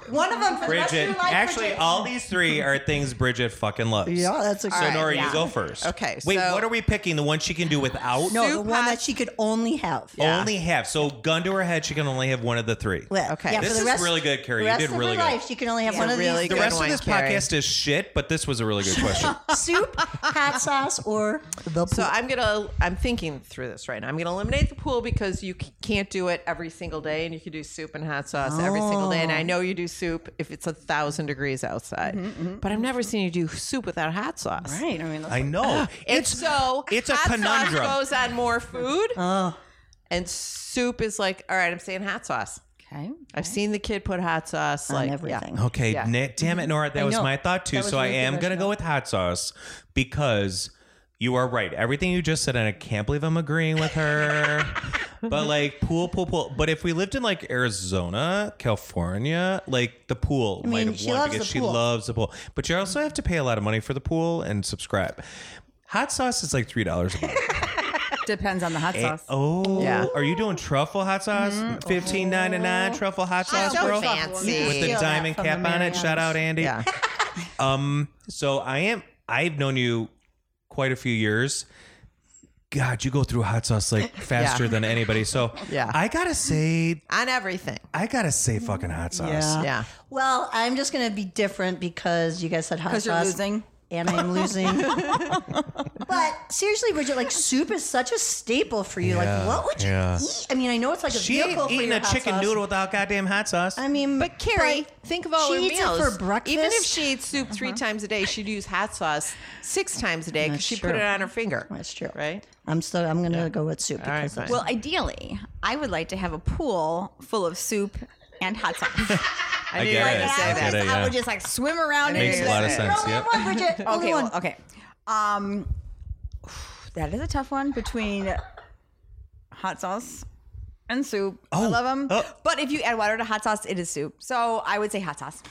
Speaker 1: One of them for the rest of
Speaker 3: Bridget.
Speaker 1: your life,
Speaker 3: Actually,
Speaker 1: Bridget.
Speaker 3: all these three are things Bridget fucking loves.
Speaker 1: Yeah, that's a
Speaker 3: So
Speaker 1: good-
Speaker 3: Nora, you
Speaker 4: yeah.
Speaker 3: go first.
Speaker 2: Okay,
Speaker 3: Wait,
Speaker 2: so-
Speaker 3: what are we picking? The one she can do without?
Speaker 1: No, the
Speaker 2: Soup,
Speaker 1: one
Speaker 2: hot-
Speaker 1: that she could only have.
Speaker 2: Yeah.
Speaker 3: Only have. So gun to her head, she can only have one of the three.
Speaker 1: Well,
Speaker 2: Okay.
Speaker 1: Yeah,
Speaker 3: This
Speaker 1: for the
Speaker 3: is
Speaker 1: rest,
Speaker 3: really good, Carrie.
Speaker 1: The
Speaker 3: You
Speaker 1: rest
Speaker 3: did
Speaker 1: of
Speaker 3: really
Speaker 1: her
Speaker 3: good.
Speaker 1: life, she can only have
Speaker 2: Yeah,
Speaker 1: one of
Speaker 2: really
Speaker 1: these.
Speaker 2: good.
Speaker 3: The rest
Speaker 2: one,
Speaker 3: of this
Speaker 2: Carrie.
Speaker 3: podcast is shit, but this was a really good
Speaker 2: [laughs]
Speaker 3: question.
Speaker 1: Soup, hot sauce, or the pool.
Speaker 2: So I'm gonna. I'm thinking through this right now. I'm gonna eliminate the pool because you c- can't do it every single day, and you can do soup and hot sauce every single day. And
Speaker 3: Oh.
Speaker 2: I know you do soup if it's a thousand degrees outside,
Speaker 3: Mm-hmm,
Speaker 2: but I've never seen you do soup without hot sauce.
Speaker 1: right. I mean, that's
Speaker 3: I know.
Speaker 2: And
Speaker 3: It's
Speaker 2: so
Speaker 3: it's a
Speaker 2: hot
Speaker 3: conundrum. Oh.
Speaker 2: Sauce goes on
Speaker 3: [laughs]
Speaker 2: more food, and soup is like, all right, I'm saying hot sauce.
Speaker 4: Okay.
Speaker 2: I've seen the kid put hot sauce
Speaker 1: on
Speaker 2: like
Speaker 1: everything.
Speaker 3: Okay, na- damn it, Nora. That was
Speaker 1: Mm-hmm. know.
Speaker 3: my thought too.
Speaker 1: That was
Speaker 3: So I
Speaker 1: really good
Speaker 3: am gonna go with hot sauce because you are right. Everything you just said, and I can't believe I'm agreeing with her.
Speaker 1: [laughs]
Speaker 3: but like pool, pool, pool. But if we lived in like Arizona, California, like the pool might have
Speaker 1: she
Speaker 3: won
Speaker 1: loves
Speaker 3: because
Speaker 1: the
Speaker 3: she
Speaker 1: pool.
Speaker 3: loves the pool. But you also have to pay a lot of money for the pool and subscribe. Hot sauce is like three dollars
Speaker 1: [laughs]
Speaker 3: a month.
Speaker 4: Depends on the hot sauce.
Speaker 3: Oh,
Speaker 2: Yeah.
Speaker 3: are you doing truffle hot sauce?
Speaker 1: Mm-hmm.
Speaker 3: Fifteen ninety
Speaker 1: Oh.
Speaker 3: nine truffle hot sauce,
Speaker 2: so
Speaker 3: bro.
Speaker 2: fancy.
Speaker 3: with the
Speaker 1: Steal that
Speaker 3: diamond
Speaker 1: from
Speaker 3: cap
Speaker 1: the
Speaker 3: on it. Shout out, Andy.
Speaker 2: Yeah.
Speaker 3: [laughs] So I am. I've known you quite a few years. God, you go through hot sauce like faster than anybody. So
Speaker 2: Yeah.
Speaker 3: I gotta say,
Speaker 2: on everything.
Speaker 3: I gotta say, fucking hot sauce.
Speaker 1: Yeah.
Speaker 2: Yeah.
Speaker 1: Well, I'm just going to be different because you guys said hot sauce.
Speaker 4: Because you're losing.
Speaker 1: And I'm losing. but seriously, Bridget, like soup is such a staple for you. Like,
Speaker 3: Yeah,
Speaker 1: what would you
Speaker 3: yeah.
Speaker 1: eat? I mean, I know it's like a
Speaker 3: She
Speaker 1: vehicle
Speaker 3: ain't
Speaker 1: for
Speaker 3: eating
Speaker 1: your
Speaker 3: a
Speaker 1: hot
Speaker 3: chicken
Speaker 1: sauce.
Speaker 3: noodle without goddamn hot sauce.
Speaker 1: I mean,
Speaker 2: But Carrie, think of all
Speaker 1: she
Speaker 2: her
Speaker 1: eats it
Speaker 2: meals.
Speaker 1: for breakfast. Uh-huh.
Speaker 2: Even if she ate soup three times a day, she'd use hot sauce six times a day because
Speaker 1: That's
Speaker 2: she
Speaker 1: true.
Speaker 2: put it on her finger.
Speaker 1: that's true.
Speaker 2: Right?
Speaker 1: I'm still. I'm gonna go with soup because
Speaker 2: fine.
Speaker 1: that's-
Speaker 4: Well, ideally, I would like to have a pool full of soup and hot
Speaker 3: [laughs]
Speaker 4: sauce.
Speaker 2: I,
Speaker 3: get
Speaker 2: were
Speaker 3: it.
Speaker 2: gonna
Speaker 3: I
Speaker 2: say
Speaker 3: get
Speaker 2: that.
Speaker 3: it.
Speaker 4: I
Speaker 3: yeah.
Speaker 4: would just like swim around in
Speaker 3: Makes
Speaker 4: it.
Speaker 3: a lot of sense.
Speaker 1: Only
Speaker 3: Yep.
Speaker 1: one, Bridget. Only
Speaker 4: Okay,
Speaker 1: one.
Speaker 4: well, okay. Um, [sighs] that is a tough one between hot sauce and soup. I
Speaker 3: Oh,
Speaker 4: love them,
Speaker 3: oh.
Speaker 4: but if you add water to hot sauce, it is soup. So I would say hot sauce.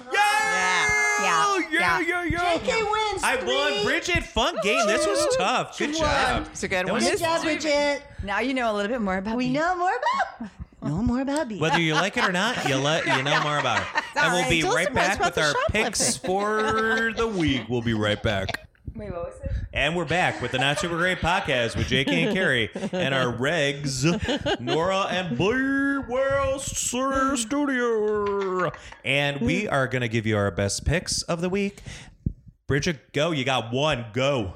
Speaker 3: Yeah.
Speaker 4: Yeah. Yeah.
Speaker 3: Yeah. Yeah. Yeah.
Speaker 1: JK wins.
Speaker 3: I
Speaker 1: three.
Speaker 3: won Bridget Funk game. This was tough. Good job.
Speaker 2: It's a good
Speaker 3: That
Speaker 2: one.
Speaker 3: was-
Speaker 1: Good job, Bridget.
Speaker 4: Now you know a little bit more about.
Speaker 1: We
Speaker 4: me.
Speaker 1: know more about. Know more about beef.
Speaker 3: Whether you like it or not, you let you know more about it. And we'll be
Speaker 2: Tell us
Speaker 3: right
Speaker 2: about
Speaker 3: back
Speaker 2: about
Speaker 3: with
Speaker 2: the
Speaker 3: our
Speaker 2: shoplifting.
Speaker 3: picks for the week. We'll be right back.
Speaker 4: Wait, what was it?
Speaker 3: And we're back with the Not Super Great podcast with JK and Carrie and our regs, Nora and Blair Wells Sir Studio. And we are going to give you our best picks of the week. Bridget, go. You got one. Go.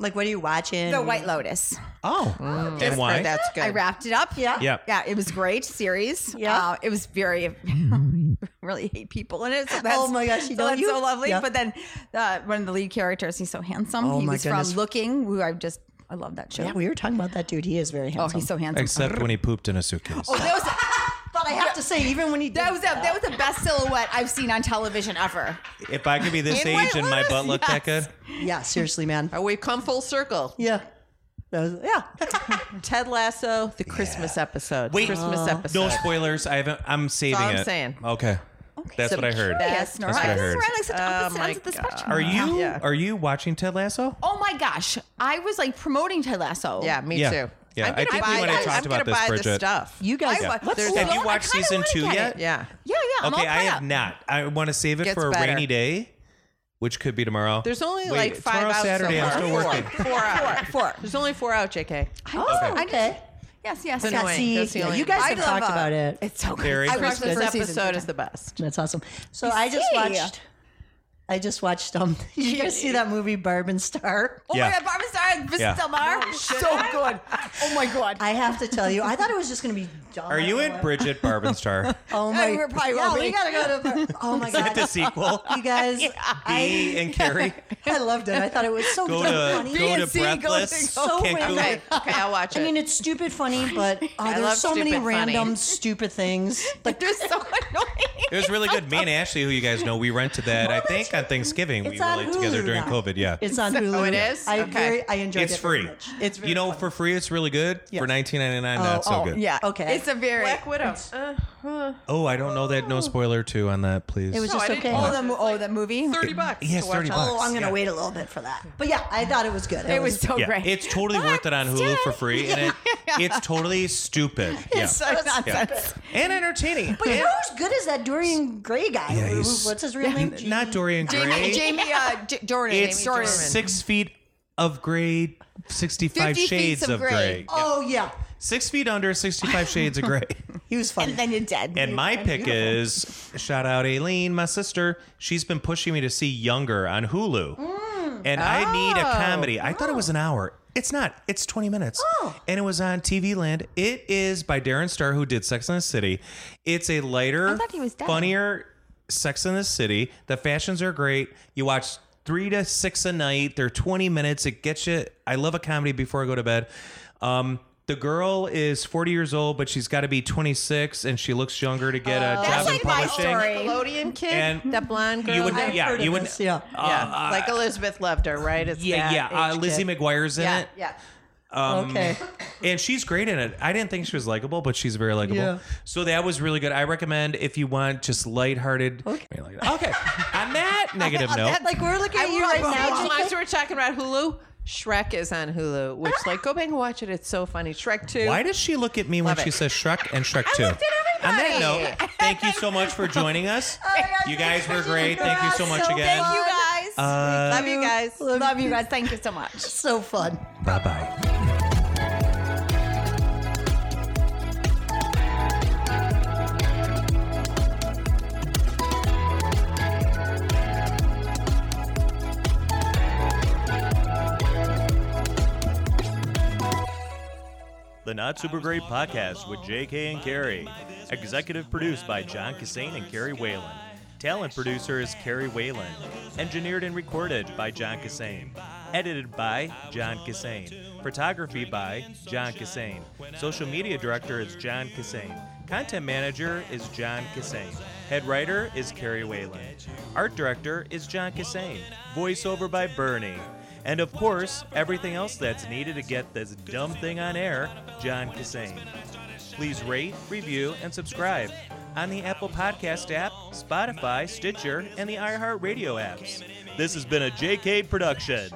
Speaker 1: Like, what are you watching?
Speaker 4: The White Lotus.
Speaker 3: Oh. and why?
Speaker 2: That's good.
Speaker 4: I wrapped it up. Yeah.
Speaker 3: Yeah.
Speaker 4: Yeah. It was great series.
Speaker 1: Yeah.
Speaker 4: Uh, it was very, [laughs] really hate people in it. So that's,
Speaker 1: Oh my gosh, you
Speaker 4: so
Speaker 1: don't-
Speaker 4: that's
Speaker 1: you-
Speaker 4: so lovely.
Speaker 1: Yeah.
Speaker 4: But then uh, one of the lead characters, he's so handsome.
Speaker 1: Oh
Speaker 4: he
Speaker 1: my
Speaker 4: was
Speaker 1: goodness.
Speaker 4: from Looking, who I just, I love that show.
Speaker 1: Yeah, we were talking about that dude. He is very
Speaker 4: oh,
Speaker 1: handsome.
Speaker 4: he's so handsome.
Speaker 3: Except when he pooped in a suitcase.
Speaker 4: Oh, that was,
Speaker 1: But I have to say, even when he did
Speaker 4: that was, a, that was the best silhouette I've seen on television ever.
Speaker 3: If I could be this
Speaker 2: In
Speaker 3: age
Speaker 2: White
Speaker 3: and my
Speaker 2: Lotus?
Speaker 3: butt looked that good,
Speaker 4: Yes.
Speaker 1: yeah, seriously, man.
Speaker 2: Oh, we've come full circle.
Speaker 1: Yeah, that was yeah. Uh,
Speaker 2: Ted Lasso, the Christmas episode.
Speaker 3: Wait.
Speaker 2: Christmas episode.
Speaker 3: no spoilers. I haven't. I'm saving
Speaker 2: all I'm
Speaker 3: it.
Speaker 2: saying.
Speaker 3: Okay.
Speaker 4: Oh
Speaker 3: That's
Speaker 2: So
Speaker 3: what I heard.
Speaker 4: Yes, Nora.
Speaker 3: That's what I
Speaker 4: This is
Speaker 3: heard.
Speaker 4: where I Oh like such opposite
Speaker 2: my
Speaker 4: ends of the
Speaker 2: God.
Speaker 4: spectrum.
Speaker 3: Are you
Speaker 2: Yeah.
Speaker 3: are you watching Ted Lasso?
Speaker 4: Oh my gosh. I was like promoting Ted Lasso.
Speaker 2: Yeah, me
Speaker 3: Yeah.
Speaker 2: too.
Speaker 3: Yeah, I
Speaker 2: I'm gonna
Speaker 3: think we
Speaker 2: buy
Speaker 3: wanna
Speaker 2: this-
Speaker 3: talk
Speaker 2: I'm
Speaker 3: about
Speaker 2: gonna
Speaker 3: this,
Speaker 2: buy
Speaker 3: Britget.
Speaker 2: stuff.
Speaker 1: You guys,
Speaker 4: I,
Speaker 1: let's
Speaker 4: there's-
Speaker 3: Have you
Speaker 4: I
Speaker 3: watched
Speaker 4: kinda
Speaker 3: season
Speaker 4: wanna
Speaker 3: two
Speaker 4: get
Speaker 3: yet?
Speaker 4: it.
Speaker 2: yeah.
Speaker 4: Yeah, yeah. I'm
Speaker 3: okay,
Speaker 4: all
Speaker 3: I
Speaker 4: caught
Speaker 3: have
Speaker 4: up.
Speaker 3: not. I want to save it
Speaker 2: Gets
Speaker 3: for a
Speaker 2: better.
Speaker 3: rainy day, which could be tomorrow.
Speaker 2: There's only
Speaker 3: Wait,
Speaker 2: like five
Speaker 3: tomorrow
Speaker 2: out. so
Speaker 3: Saturday. I'm
Speaker 2: far.
Speaker 3: still
Speaker 4: [laughs]
Speaker 2: Four.
Speaker 3: working.
Speaker 2: Four out.
Speaker 4: Four.
Speaker 2: There's only four out, JK.
Speaker 1: Oh, okay.
Speaker 4: Yes, yes,
Speaker 1: Yeah,
Speaker 2: No way.
Speaker 4: yes.
Speaker 1: see,
Speaker 2: That's the
Speaker 1: yeah,
Speaker 2: only
Speaker 1: you guys
Speaker 2: one.
Speaker 1: have
Speaker 4: I love,
Speaker 1: talked
Speaker 4: uh,
Speaker 1: about it.
Speaker 4: It's so
Speaker 3: Very
Speaker 4: good. I watched the
Speaker 2: This
Speaker 4: first season.
Speaker 2: episode is
Speaker 1: [laughs]
Speaker 2: the best.
Speaker 1: That's awesome. So I just
Speaker 4: see?
Speaker 1: watched. I just watched. Um, [laughs] did you guys see that movie Barb and Star?
Speaker 4: Oh
Speaker 3: Yeah.
Speaker 4: my god, Barbara Star and
Speaker 3: Yeah.
Speaker 4: Mrs. Del Mar. so good. Oh my god.
Speaker 1: I have to tell you, I thought it was just going to be dumb.
Speaker 3: are you in Bridget Barbenstar?
Speaker 1: Oh
Speaker 4: Yeah,
Speaker 1: my!
Speaker 4: we were probably
Speaker 1: yeah,
Speaker 4: will
Speaker 1: we
Speaker 4: be.
Speaker 1: gotta go to. Bar- oh my
Speaker 3: Is that
Speaker 1: god!
Speaker 3: the sequel?
Speaker 1: You guys,
Speaker 3: B
Speaker 1: I,
Speaker 3: and Carrie
Speaker 1: I loved it. I thought it was so
Speaker 3: go
Speaker 1: damn
Speaker 3: to
Speaker 1: funny.
Speaker 3: go to
Speaker 4: and C, go to-
Speaker 3: Breathless.
Speaker 1: so
Speaker 3: Can't Google
Speaker 1: random.
Speaker 2: Okay, okay, I'll watch it.
Speaker 1: I mean, it's stupid funny, but oh,
Speaker 2: love
Speaker 1: there's so many
Speaker 2: stupid funny.
Speaker 1: random stupid things. Like
Speaker 4: [laughs] They're so annoying.
Speaker 3: It was really good. Me and Ashley, who you guys know, we rented that. I think on Thanksgiving. we
Speaker 1: It's
Speaker 3: were
Speaker 1: on
Speaker 3: like together
Speaker 1: Hulu
Speaker 3: during
Speaker 1: now.
Speaker 3: COVID. Yeah.
Speaker 1: It's on Hulu.
Speaker 2: it is?
Speaker 1: I
Speaker 2: Okay.
Speaker 1: very I enjoyed
Speaker 3: It's
Speaker 1: it.
Speaker 3: free.
Speaker 1: very much. It's very
Speaker 3: you know,
Speaker 1: fun.
Speaker 3: for free, it's really good. For nineteen ninety nine, not so
Speaker 4: oh,
Speaker 3: good.
Speaker 4: yeah.
Speaker 1: Okay.
Speaker 4: It's a very.
Speaker 2: Black Widow. Uh,
Speaker 3: Oh, I don't know that. No spoiler too on that, please.
Speaker 1: it was
Speaker 2: No, I
Speaker 1: just okay.
Speaker 2: didn't
Speaker 4: Oh, the, mo- oh, the movie.
Speaker 2: Thirty bucks.
Speaker 3: Yes,
Speaker 2: to watch
Speaker 3: 30
Speaker 2: on-
Speaker 3: bucks.
Speaker 1: Oh, I'm gonna
Speaker 3: Yeah.
Speaker 1: wait a little bit for that. But yeah, I thought it was good.
Speaker 4: It was so
Speaker 3: yeah,
Speaker 4: great.
Speaker 3: it's totally worth it on Hulu for free, and it, it's totally stupid. Yeah,
Speaker 4: so nonsense.
Speaker 3: and entertaining.
Speaker 1: But who's good is that Dorian Gray guy?
Speaker 3: Yeah,
Speaker 1: Who-
Speaker 3: he's-
Speaker 1: What's his real name?
Speaker 3: N- not Dorian Gray.
Speaker 4: Jamie, Jamie uh, J- Jordan.
Speaker 3: it's
Speaker 4: Jamie Jordan.
Speaker 3: six feet of gray, sixty-five
Speaker 4: 50
Speaker 3: shades
Speaker 4: feet of
Speaker 3: of gray.
Speaker 4: gray.
Speaker 1: Oh yeah,
Speaker 3: Six feet under, sixty-five shades of gray.
Speaker 1: he was funny.
Speaker 4: And then you're dead.
Speaker 3: And my pick is shout out Aileen, my sister. She's been pushing me to see Younger on Hulu, and I need a comedy. I thought it
Speaker 4: Oh.
Speaker 3: was an hour. It's not. It's 20 minutes.
Speaker 1: Oh.
Speaker 3: And it was on TV Land. It is by Darren Star, who did Sex in the City. It's a lighter,
Speaker 4: I thought he was dead.
Speaker 3: funnier Sex in the City. The fashions are great. You watch three to six a night. They're 20 minutes. It gets you. I love a comedy before I go to bed. Um, the girl is 40 years old, but she's got to be 26 and she looks younger to get a job
Speaker 4: Oh. That's
Speaker 3: in
Speaker 4: like my
Speaker 3: publishing.
Speaker 4: story.
Speaker 2: Nickelodeon kid,
Speaker 3: And
Speaker 2: that blonde girl.
Speaker 3: You would,
Speaker 1: I've
Speaker 3: yeah,
Speaker 1: heard of
Speaker 3: you would,
Speaker 1: this, yeah.
Speaker 2: yeah, like Elizabeth loved her, right? It's
Speaker 3: Uh, yeah,
Speaker 2: that
Speaker 3: yeah. Uh,
Speaker 2: age
Speaker 3: Lizzie
Speaker 2: kid.
Speaker 3: McGuire's in
Speaker 2: Yeah,
Speaker 3: it.
Speaker 4: Yeah.
Speaker 1: okay.
Speaker 3: and she's great in it. I didn't think she was likable, but she's very likable.
Speaker 1: Yeah.
Speaker 3: So that was really good. I recommend if you want just lighthearted. Okay. Like that. okay. On that negative note,
Speaker 1: Like we're looking at you right now.
Speaker 2: As long
Speaker 1: Jacob.
Speaker 2: as we're talking about Hulu, Shrek is on Hulu, which like go back and watch it. It's so funny. Shrek Two.
Speaker 3: why does she look at me when
Speaker 2: Love
Speaker 3: she
Speaker 2: it.
Speaker 3: says Shrek and Shrek Two?
Speaker 2: looked at
Speaker 3: On that
Speaker 2: everybody.
Speaker 3: note, thank you so much for joining us. you guys were great. Thank you so much
Speaker 1: So
Speaker 3: again.
Speaker 1: fun.
Speaker 4: Thank you guys.
Speaker 3: Uh,
Speaker 4: love you guys.
Speaker 1: Love
Speaker 4: love
Speaker 1: you.
Speaker 4: you guys. Thank you so much.
Speaker 1: So fun.
Speaker 3: Bye bye.
Speaker 6: The Not Super Great Podcast with J.K. and Carrie. Executive produced by John Cassane and Carrie Whalen. Talent producer is Carrie Whalen. Engineered and recorded by John Cassane. Edited by John Cassane. Photography by John Cassane. Social media director is John Cassane. Content manager is John Cassane. Head writer is Carrie Whalen. Art director is John Cassane. Voiceover by Bernie. And of course, everything else that's needed to get this dumb thing on air, John Cassane. Please rate, review, and subscribe on the Apple Podcast app, Spotify, Stitcher, and the iHeartRadio apps. This has been a JK production.